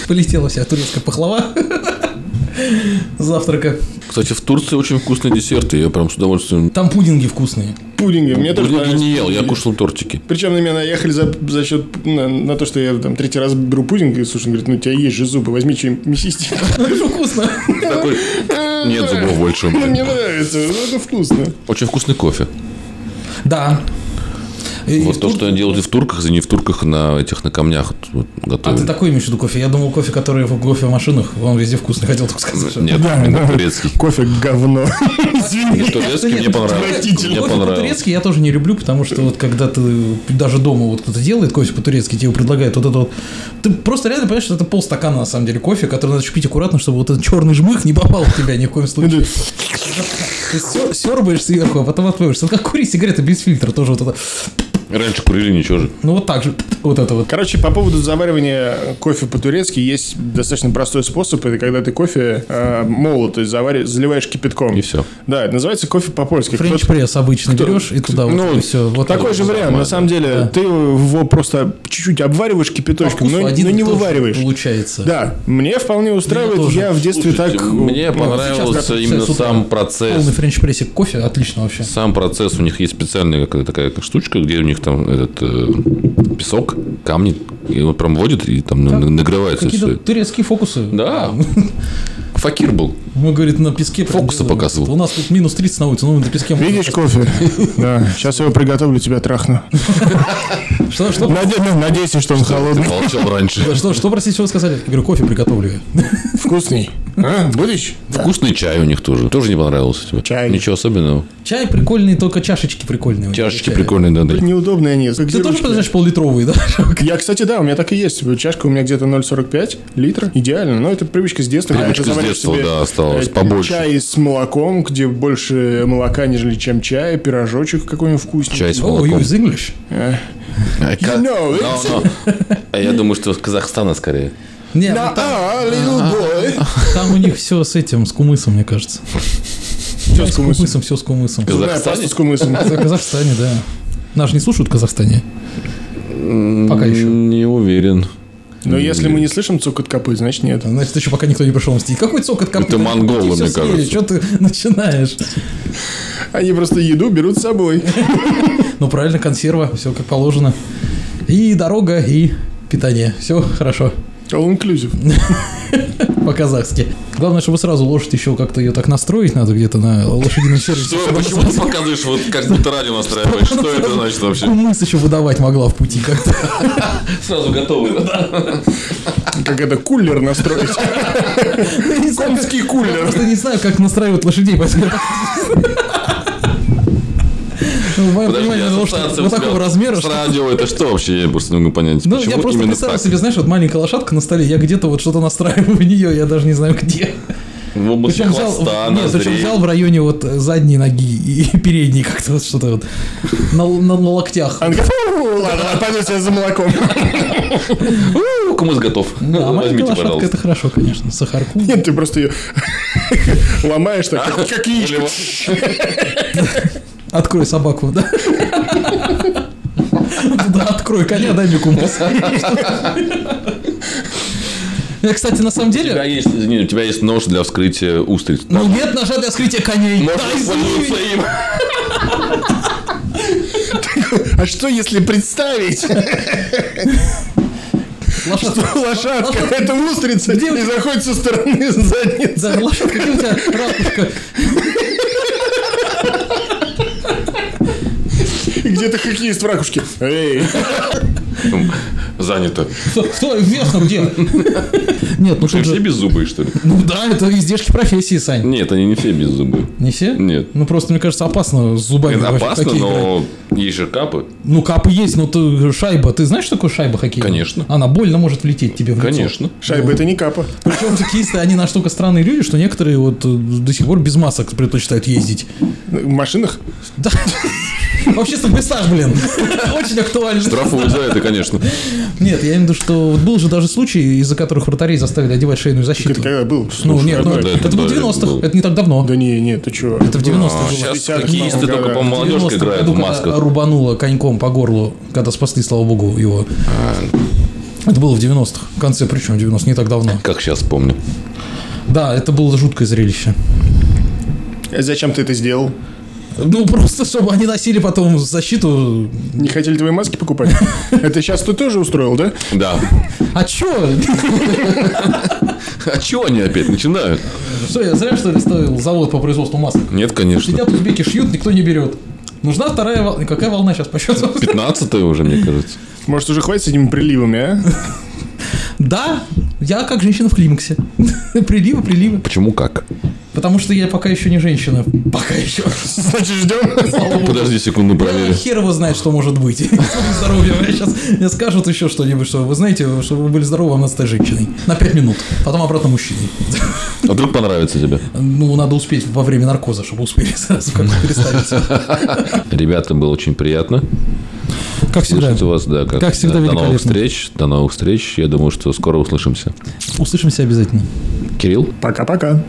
[SPEAKER 4] полетела вся турецкая пахлава. завтрака.
[SPEAKER 2] Кстати, в Турции очень вкусные десерты. Я прям с удовольствием...
[SPEAKER 4] Там пудинги вкусные.
[SPEAKER 3] Пудинги. Мне тоже
[SPEAKER 2] Я
[SPEAKER 3] нравятся
[SPEAKER 2] не ел, я
[SPEAKER 3] пудинги.
[SPEAKER 2] кушал тортики.
[SPEAKER 3] Причем на меня наехали за, за счет на, на то, что я там третий раз беру пудинг, и слушай, он говорит, ну у тебя есть же зубы, возьми чем мясистик.
[SPEAKER 4] Ну, это вкусно.
[SPEAKER 2] Такой, нет зубов больше. у
[SPEAKER 3] Ну, Мне
[SPEAKER 2] меня.
[SPEAKER 3] нравится, ну, это вкусно.
[SPEAKER 2] Очень вкусный кофе.
[SPEAKER 4] Да. И
[SPEAKER 2] Вот
[SPEAKER 4] в
[SPEAKER 2] то,
[SPEAKER 4] Тур-
[SPEAKER 2] что они делают и в турках, и не в турках, а на этих, на камнях вот, вот,
[SPEAKER 4] А ты
[SPEAKER 2] готовят.
[SPEAKER 4] такой имеешь в виду кофе? Я думал, кофе, который в кофемашинах, он везде вкусный, хотел только сказать. что-
[SPEAKER 2] Нет,
[SPEAKER 3] Да,
[SPEAKER 2] именно
[SPEAKER 3] да.
[SPEAKER 2] турецкий.
[SPEAKER 3] Кофе говно. Извини.
[SPEAKER 2] Турецкий мне
[SPEAKER 4] Нет,
[SPEAKER 2] понравился.
[SPEAKER 3] отвратительно.
[SPEAKER 2] Мне
[SPEAKER 4] Кофе
[SPEAKER 2] понравился.
[SPEAKER 4] по-турецки я тоже не люблю, потому что вот когда ты даже дома вот кто-то делает кофе по-турецки, тебе его предлагают вот это вот. Ты просто реально понимаешь, что это полстакана на самом деле кофе, который надо пить аккуратно, чтобы вот этот черный жмых не попал в тебя ни в коем случае.
[SPEAKER 3] Ну, да.
[SPEAKER 4] Ты сё- сербаешь сверху, а потом отвоишься. Это как курить сигареты без фильтра тоже вот это.
[SPEAKER 2] Раньше курили, ничего же.
[SPEAKER 4] Ну вот так же, вот это вот.
[SPEAKER 3] Короче, по поводу заваривания кофе по-турецки есть достаточно простой способ. Это когда ты кофе э, молот, то есть завари- заливаешь кипятком.
[SPEAKER 2] И всё.
[SPEAKER 3] Да, это называется кофе по-польски.
[SPEAKER 4] Френч
[SPEAKER 3] Кто-то-
[SPEAKER 4] пресс обычно
[SPEAKER 3] кто-
[SPEAKER 4] берешь и туда
[SPEAKER 3] ну,
[SPEAKER 4] вот все. Вот
[SPEAKER 3] Такой
[SPEAKER 4] так.
[SPEAKER 3] же вариант, на самом деле. Ты его просто чуть-чуть обвариваешь
[SPEAKER 4] По
[SPEAKER 3] кипяточком,
[SPEAKER 4] вкусу
[SPEAKER 3] но,
[SPEAKER 4] один
[SPEAKER 3] но
[SPEAKER 4] и
[SPEAKER 3] не
[SPEAKER 4] тот же
[SPEAKER 3] вывариваешь.
[SPEAKER 4] Получается.
[SPEAKER 3] Да, мне вполне устраивает.
[SPEAKER 4] тоже.
[SPEAKER 3] я в детстве
[SPEAKER 2] Слушайте,
[SPEAKER 3] так...
[SPEAKER 2] Мне
[SPEAKER 3] ну,
[SPEAKER 4] сейчас,
[SPEAKER 2] понравился
[SPEAKER 4] как
[SPEAKER 2] именно
[SPEAKER 4] сейчас утром.
[SPEAKER 2] сам
[SPEAKER 4] Полный
[SPEAKER 2] процесс.
[SPEAKER 4] френч прессик кофе, отлично вообще.
[SPEAKER 2] Сам процесс, у них есть специальная какая-то такая как штучка, где у них там этот э, песок, камни, и он прям водит, и там на- нагревается
[SPEAKER 4] Какие-то
[SPEAKER 2] все.
[SPEAKER 4] турецкие фокусы.
[SPEAKER 2] Да. Факир был.
[SPEAKER 4] Мы, говорит, на песке...
[SPEAKER 2] Фокусы
[SPEAKER 4] проделываем.
[SPEAKER 2] показывал.
[SPEAKER 4] У нас тут минус 30 на улице, ну мы на песке... можем-
[SPEAKER 3] Видишь кофе? Да, сейчас я его приготовлю, тебя трахну.
[SPEAKER 4] Что, что,
[SPEAKER 3] Наде- ну, Надеюсь, что он
[SPEAKER 2] Ты
[SPEAKER 3] холодный.
[SPEAKER 2] молчал раньше.
[SPEAKER 4] что, что, простите, вы сказали? Я говорю, кофе приготовлю я.
[SPEAKER 3] Вкусный. А, будешь?
[SPEAKER 2] Вкусный чай у них тоже. Тоже не понравился тебе.
[SPEAKER 3] Чай.
[SPEAKER 2] Ничего особенного.
[SPEAKER 4] Чай прикольный, только чашечки прикольные. у них
[SPEAKER 2] Чашечки
[SPEAKER 4] чая.
[SPEAKER 2] прикольные, да, да.
[SPEAKER 3] Неудобные они. как
[SPEAKER 4] Ты тоже,
[SPEAKER 3] зерочки.
[SPEAKER 4] знаешь, пол-литровые, да?
[SPEAKER 3] Я, кстати, да, у меня так и есть. Чашка у меня где-то 0,45 литра. Идеально. Но это привычка с детства. когда
[SPEAKER 2] Привычка
[SPEAKER 3] ты
[SPEAKER 2] с
[SPEAKER 3] заваришь
[SPEAKER 2] детства,
[SPEAKER 3] себе,
[SPEAKER 2] да, осталась
[SPEAKER 3] э,
[SPEAKER 2] побольше.
[SPEAKER 3] Чай с молоком, где больше молока, нежели чем чай, пирожочек какой-нибудь вкусненький.
[SPEAKER 2] Чай с
[SPEAKER 4] Oh, you
[SPEAKER 2] молоком.
[SPEAKER 4] is English?
[SPEAKER 2] А ка-
[SPEAKER 3] know it.
[SPEAKER 2] No, no. А я думаю, что с Казахстана скорее.
[SPEAKER 4] Нет,
[SPEAKER 3] Да,
[SPEAKER 4] ну там,
[SPEAKER 3] а, little boy.
[SPEAKER 4] там у них все с этим, с кумысом, мне кажется.
[SPEAKER 3] Всё с
[SPEAKER 4] С
[SPEAKER 3] кумысом.
[SPEAKER 4] кумысом, все с кумысом.
[SPEAKER 2] Казах-
[SPEAKER 3] Зубная паста с кумысом.
[SPEAKER 4] В Казахстане, да. Нас же не слушают в Казахстане. Пока еще.
[SPEAKER 2] Не уверен.
[SPEAKER 3] Но если мы не слышим цокот копыт, значит нет.
[SPEAKER 4] Значит, еще пока никто не пришел мстить. Какой цокот копыта?
[SPEAKER 2] Это монголы,
[SPEAKER 4] Все
[SPEAKER 2] мне
[SPEAKER 4] съели,
[SPEAKER 2] кажется.
[SPEAKER 4] Что ты начинаешь?
[SPEAKER 3] Они просто еду берут с собой.
[SPEAKER 4] Ну, правильно, консерва, все как положено. И дорога, и питание. Все хорошо.
[SPEAKER 3] All inclusive.
[SPEAKER 4] По-казахски. Главное, чтобы сразу лошадь еще как-то ее так настроить надо где-то на лошадином сервисе.
[SPEAKER 2] Что, почему ты показываешь, вот как будто радио настраиваешь? Что это значит вообще?
[SPEAKER 4] Кумыс еще Ну, выдавать могла в пути как-то.
[SPEAKER 2] Сразу готовы.
[SPEAKER 3] Как это, кулер настроить.
[SPEAKER 4] Я не знаю, как-
[SPEAKER 3] Конский
[SPEAKER 4] я
[SPEAKER 3] кулер.
[SPEAKER 4] просто не знаю, как настраивать лошадей, поэтому... я так- Ну, в моем
[SPEAKER 2] Подожди,
[SPEAKER 4] понимании, лошадь
[SPEAKER 2] ассоциация у
[SPEAKER 4] вот
[SPEAKER 2] тебя
[SPEAKER 4] такого размера,
[SPEAKER 2] С
[SPEAKER 4] что
[SPEAKER 2] радио это что вообще? Я просто не могу понять,
[SPEAKER 4] Ну, я
[SPEAKER 2] почему
[SPEAKER 4] просто
[SPEAKER 2] именно
[SPEAKER 4] представил
[SPEAKER 2] так.
[SPEAKER 4] себе, знаешь, вот маленькая лошадка на столе, я где-то вот что-то настраиваю в нее, я даже не знаю где.
[SPEAKER 2] В области
[SPEAKER 4] Причем взял,
[SPEAKER 2] хвоста,
[SPEAKER 4] нет, причем
[SPEAKER 2] ноздрей.
[SPEAKER 4] взял в районе вот э, задней ноги и и передней как-то вот что-то вот на, на- на локтях.
[SPEAKER 2] А,
[SPEAKER 3] Он говорит, «Фу, ладно, ладно, пойду тебя за молоком.
[SPEAKER 2] Ну, Кумыс готов.
[SPEAKER 4] Да, а маленькая
[SPEAKER 2] Возьмите,
[SPEAKER 4] лошадка это
[SPEAKER 2] пожалуйста.
[SPEAKER 4] хорошо, конечно, сахарку.
[SPEAKER 3] Нет, ты просто ее ломаешь так, А, как- как яичко.
[SPEAKER 4] Открой собаку, да? Да, открой коня, дай мне компас. Я, Кстати, на самом
[SPEAKER 2] У тебя
[SPEAKER 4] деле...
[SPEAKER 2] есть, извини, у тебя есть нож для вскрытия устриц.
[SPEAKER 4] Ну нет ножа для скрытия коней.
[SPEAKER 2] Можно
[SPEAKER 4] Дай
[SPEAKER 2] пользоваться
[SPEAKER 4] извини.
[SPEAKER 2] им.
[SPEAKER 3] А что, если представить,
[SPEAKER 4] Лошадка.
[SPEAKER 3] что лошадка – это устрица
[SPEAKER 4] Где у
[SPEAKER 3] и заходит со стороны задницы?
[SPEAKER 4] Да, лошадка, где у тебя радужка?
[SPEAKER 3] И где-то хоккеист в ракушке. Эй,
[SPEAKER 2] Занято.
[SPEAKER 4] Кто- Кто? Весно где? Нет, ну
[SPEAKER 2] Ты
[SPEAKER 4] тут
[SPEAKER 2] все
[SPEAKER 4] же...
[SPEAKER 2] беззубые, что ли?
[SPEAKER 4] Ну да, это издержки профессии, Сань.
[SPEAKER 2] Нет, они не все беззубые.
[SPEAKER 4] Не все?
[SPEAKER 2] Нет.
[SPEAKER 4] Ну просто, мне кажется, опасно с зубами.
[SPEAKER 2] Это
[SPEAKER 4] вообще в
[SPEAKER 2] опасно,
[SPEAKER 4] хоккей играть.
[SPEAKER 2] но есть же капы.
[SPEAKER 4] Ну капы есть, но ты э, шайба. Ты знаешь, что такое шайба хоккей?
[SPEAKER 2] Конечно.
[SPEAKER 4] Она больно может влететь тебе в лицо.
[SPEAKER 2] Конечно.
[SPEAKER 3] шайба – это не капа.
[SPEAKER 4] Причем хоккеисты, они на штука странные люди, что некоторые вот э, до сих пор без масок предпочитают ездить.
[SPEAKER 3] В машинах?
[SPEAKER 4] Да. Вообще местах, блин. Очень актуально.
[SPEAKER 2] Штрафуют за это, конечно.
[SPEAKER 4] Ну, Нет, я имею в виду, что вот был же даже случай, из-за которых вратарей заставили одевать шейную защиту.
[SPEAKER 3] Это когда был?
[SPEAKER 4] Ну, нет, ну,
[SPEAKER 2] это-
[SPEAKER 4] это,
[SPEAKER 2] это
[SPEAKER 4] было в
[SPEAKER 2] да,
[SPEAKER 4] 90-х,
[SPEAKER 2] было. А,
[SPEAKER 4] это не так давно.
[SPEAKER 3] Да не, нет, ты чё?
[SPEAKER 4] Это в 90-х было.
[SPEAKER 2] Сейчас
[SPEAKER 3] 50-х,
[SPEAKER 2] хоккеисты
[SPEAKER 3] по-моему,
[SPEAKER 2] только,
[SPEAKER 3] года.
[SPEAKER 2] по
[SPEAKER 4] В
[SPEAKER 2] молодежка
[SPEAKER 4] 90-м
[SPEAKER 2] играют
[SPEAKER 4] году,
[SPEAKER 2] в
[SPEAKER 4] когда
[SPEAKER 2] масках.
[SPEAKER 4] рубануло коньком по горлу, когда спасли, слава богу, его. Это было в 90-х, в конце, причем 90 не так давно.
[SPEAKER 2] Как сейчас помню.
[SPEAKER 4] Да, это было жуткое зрелище.
[SPEAKER 3] Зачем ты это сделал?
[SPEAKER 4] Ну, просто, чтобы они носили потом защиту.
[SPEAKER 3] Не хотели твои маски покупать? Это сейчас ты тоже устроил, да?
[SPEAKER 2] Да.
[SPEAKER 4] А чё?
[SPEAKER 2] А чего они опять начинают?
[SPEAKER 4] Что, я зря, что ли, ставил завод по производству масок?
[SPEAKER 2] Нет, конечно.
[SPEAKER 4] Сидят узбеки, шьют, никто не берет. Нужна вторая волна. Какая волна сейчас по счету?
[SPEAKER 2] 15 уже, мне кажется.
[SPEAKER 3] Может, уже хватит с этими приливами, а?
[SPEAKER 4] Да, я как женщина в климаксе. Приливы, приливы.
[SPEAKER 2] Почему как?
[SPEAKER 4] Потому что я пока еще не женщина. Пока еще.
[SPEAKER 3] Значит, ждем.
[SPEAKER 2] Подожди секунду, проверю.
[SPEAKER 4] Э, Хер его знает, что может быть. С моим здоровьем. Мне сейчас мне скажут еще что-нибудь, что вы знаете, чтобы вы были здоровы, вам надо стать женщиной. На 5 минут. Потом обратно мужчиной.
[SPEAKER 2] А вдруг понравится тебе?
[SPEAKER 4] Ну, надо успеть во время наркоза, чтобы успели сразу как-то переставить.
[SPEAKER 2] Ребята, было очень приятно.
[SPEAKER 4] Как
[SPEAKER 2] Слышать вас, да. Как,
[SPEAKER 4] Как всегда,
[SPEAKER 2] да. До
[SPEAKER 4] великолепно.
[SPEAKER 2] новых встреч. До новых встреч. Я думаю, что скоро услышимся.
[SPEAKER 4] Услышимся обязательно.
[SPEAKER 2] Кирилл?
[SPEAKER 3] Пока-пока.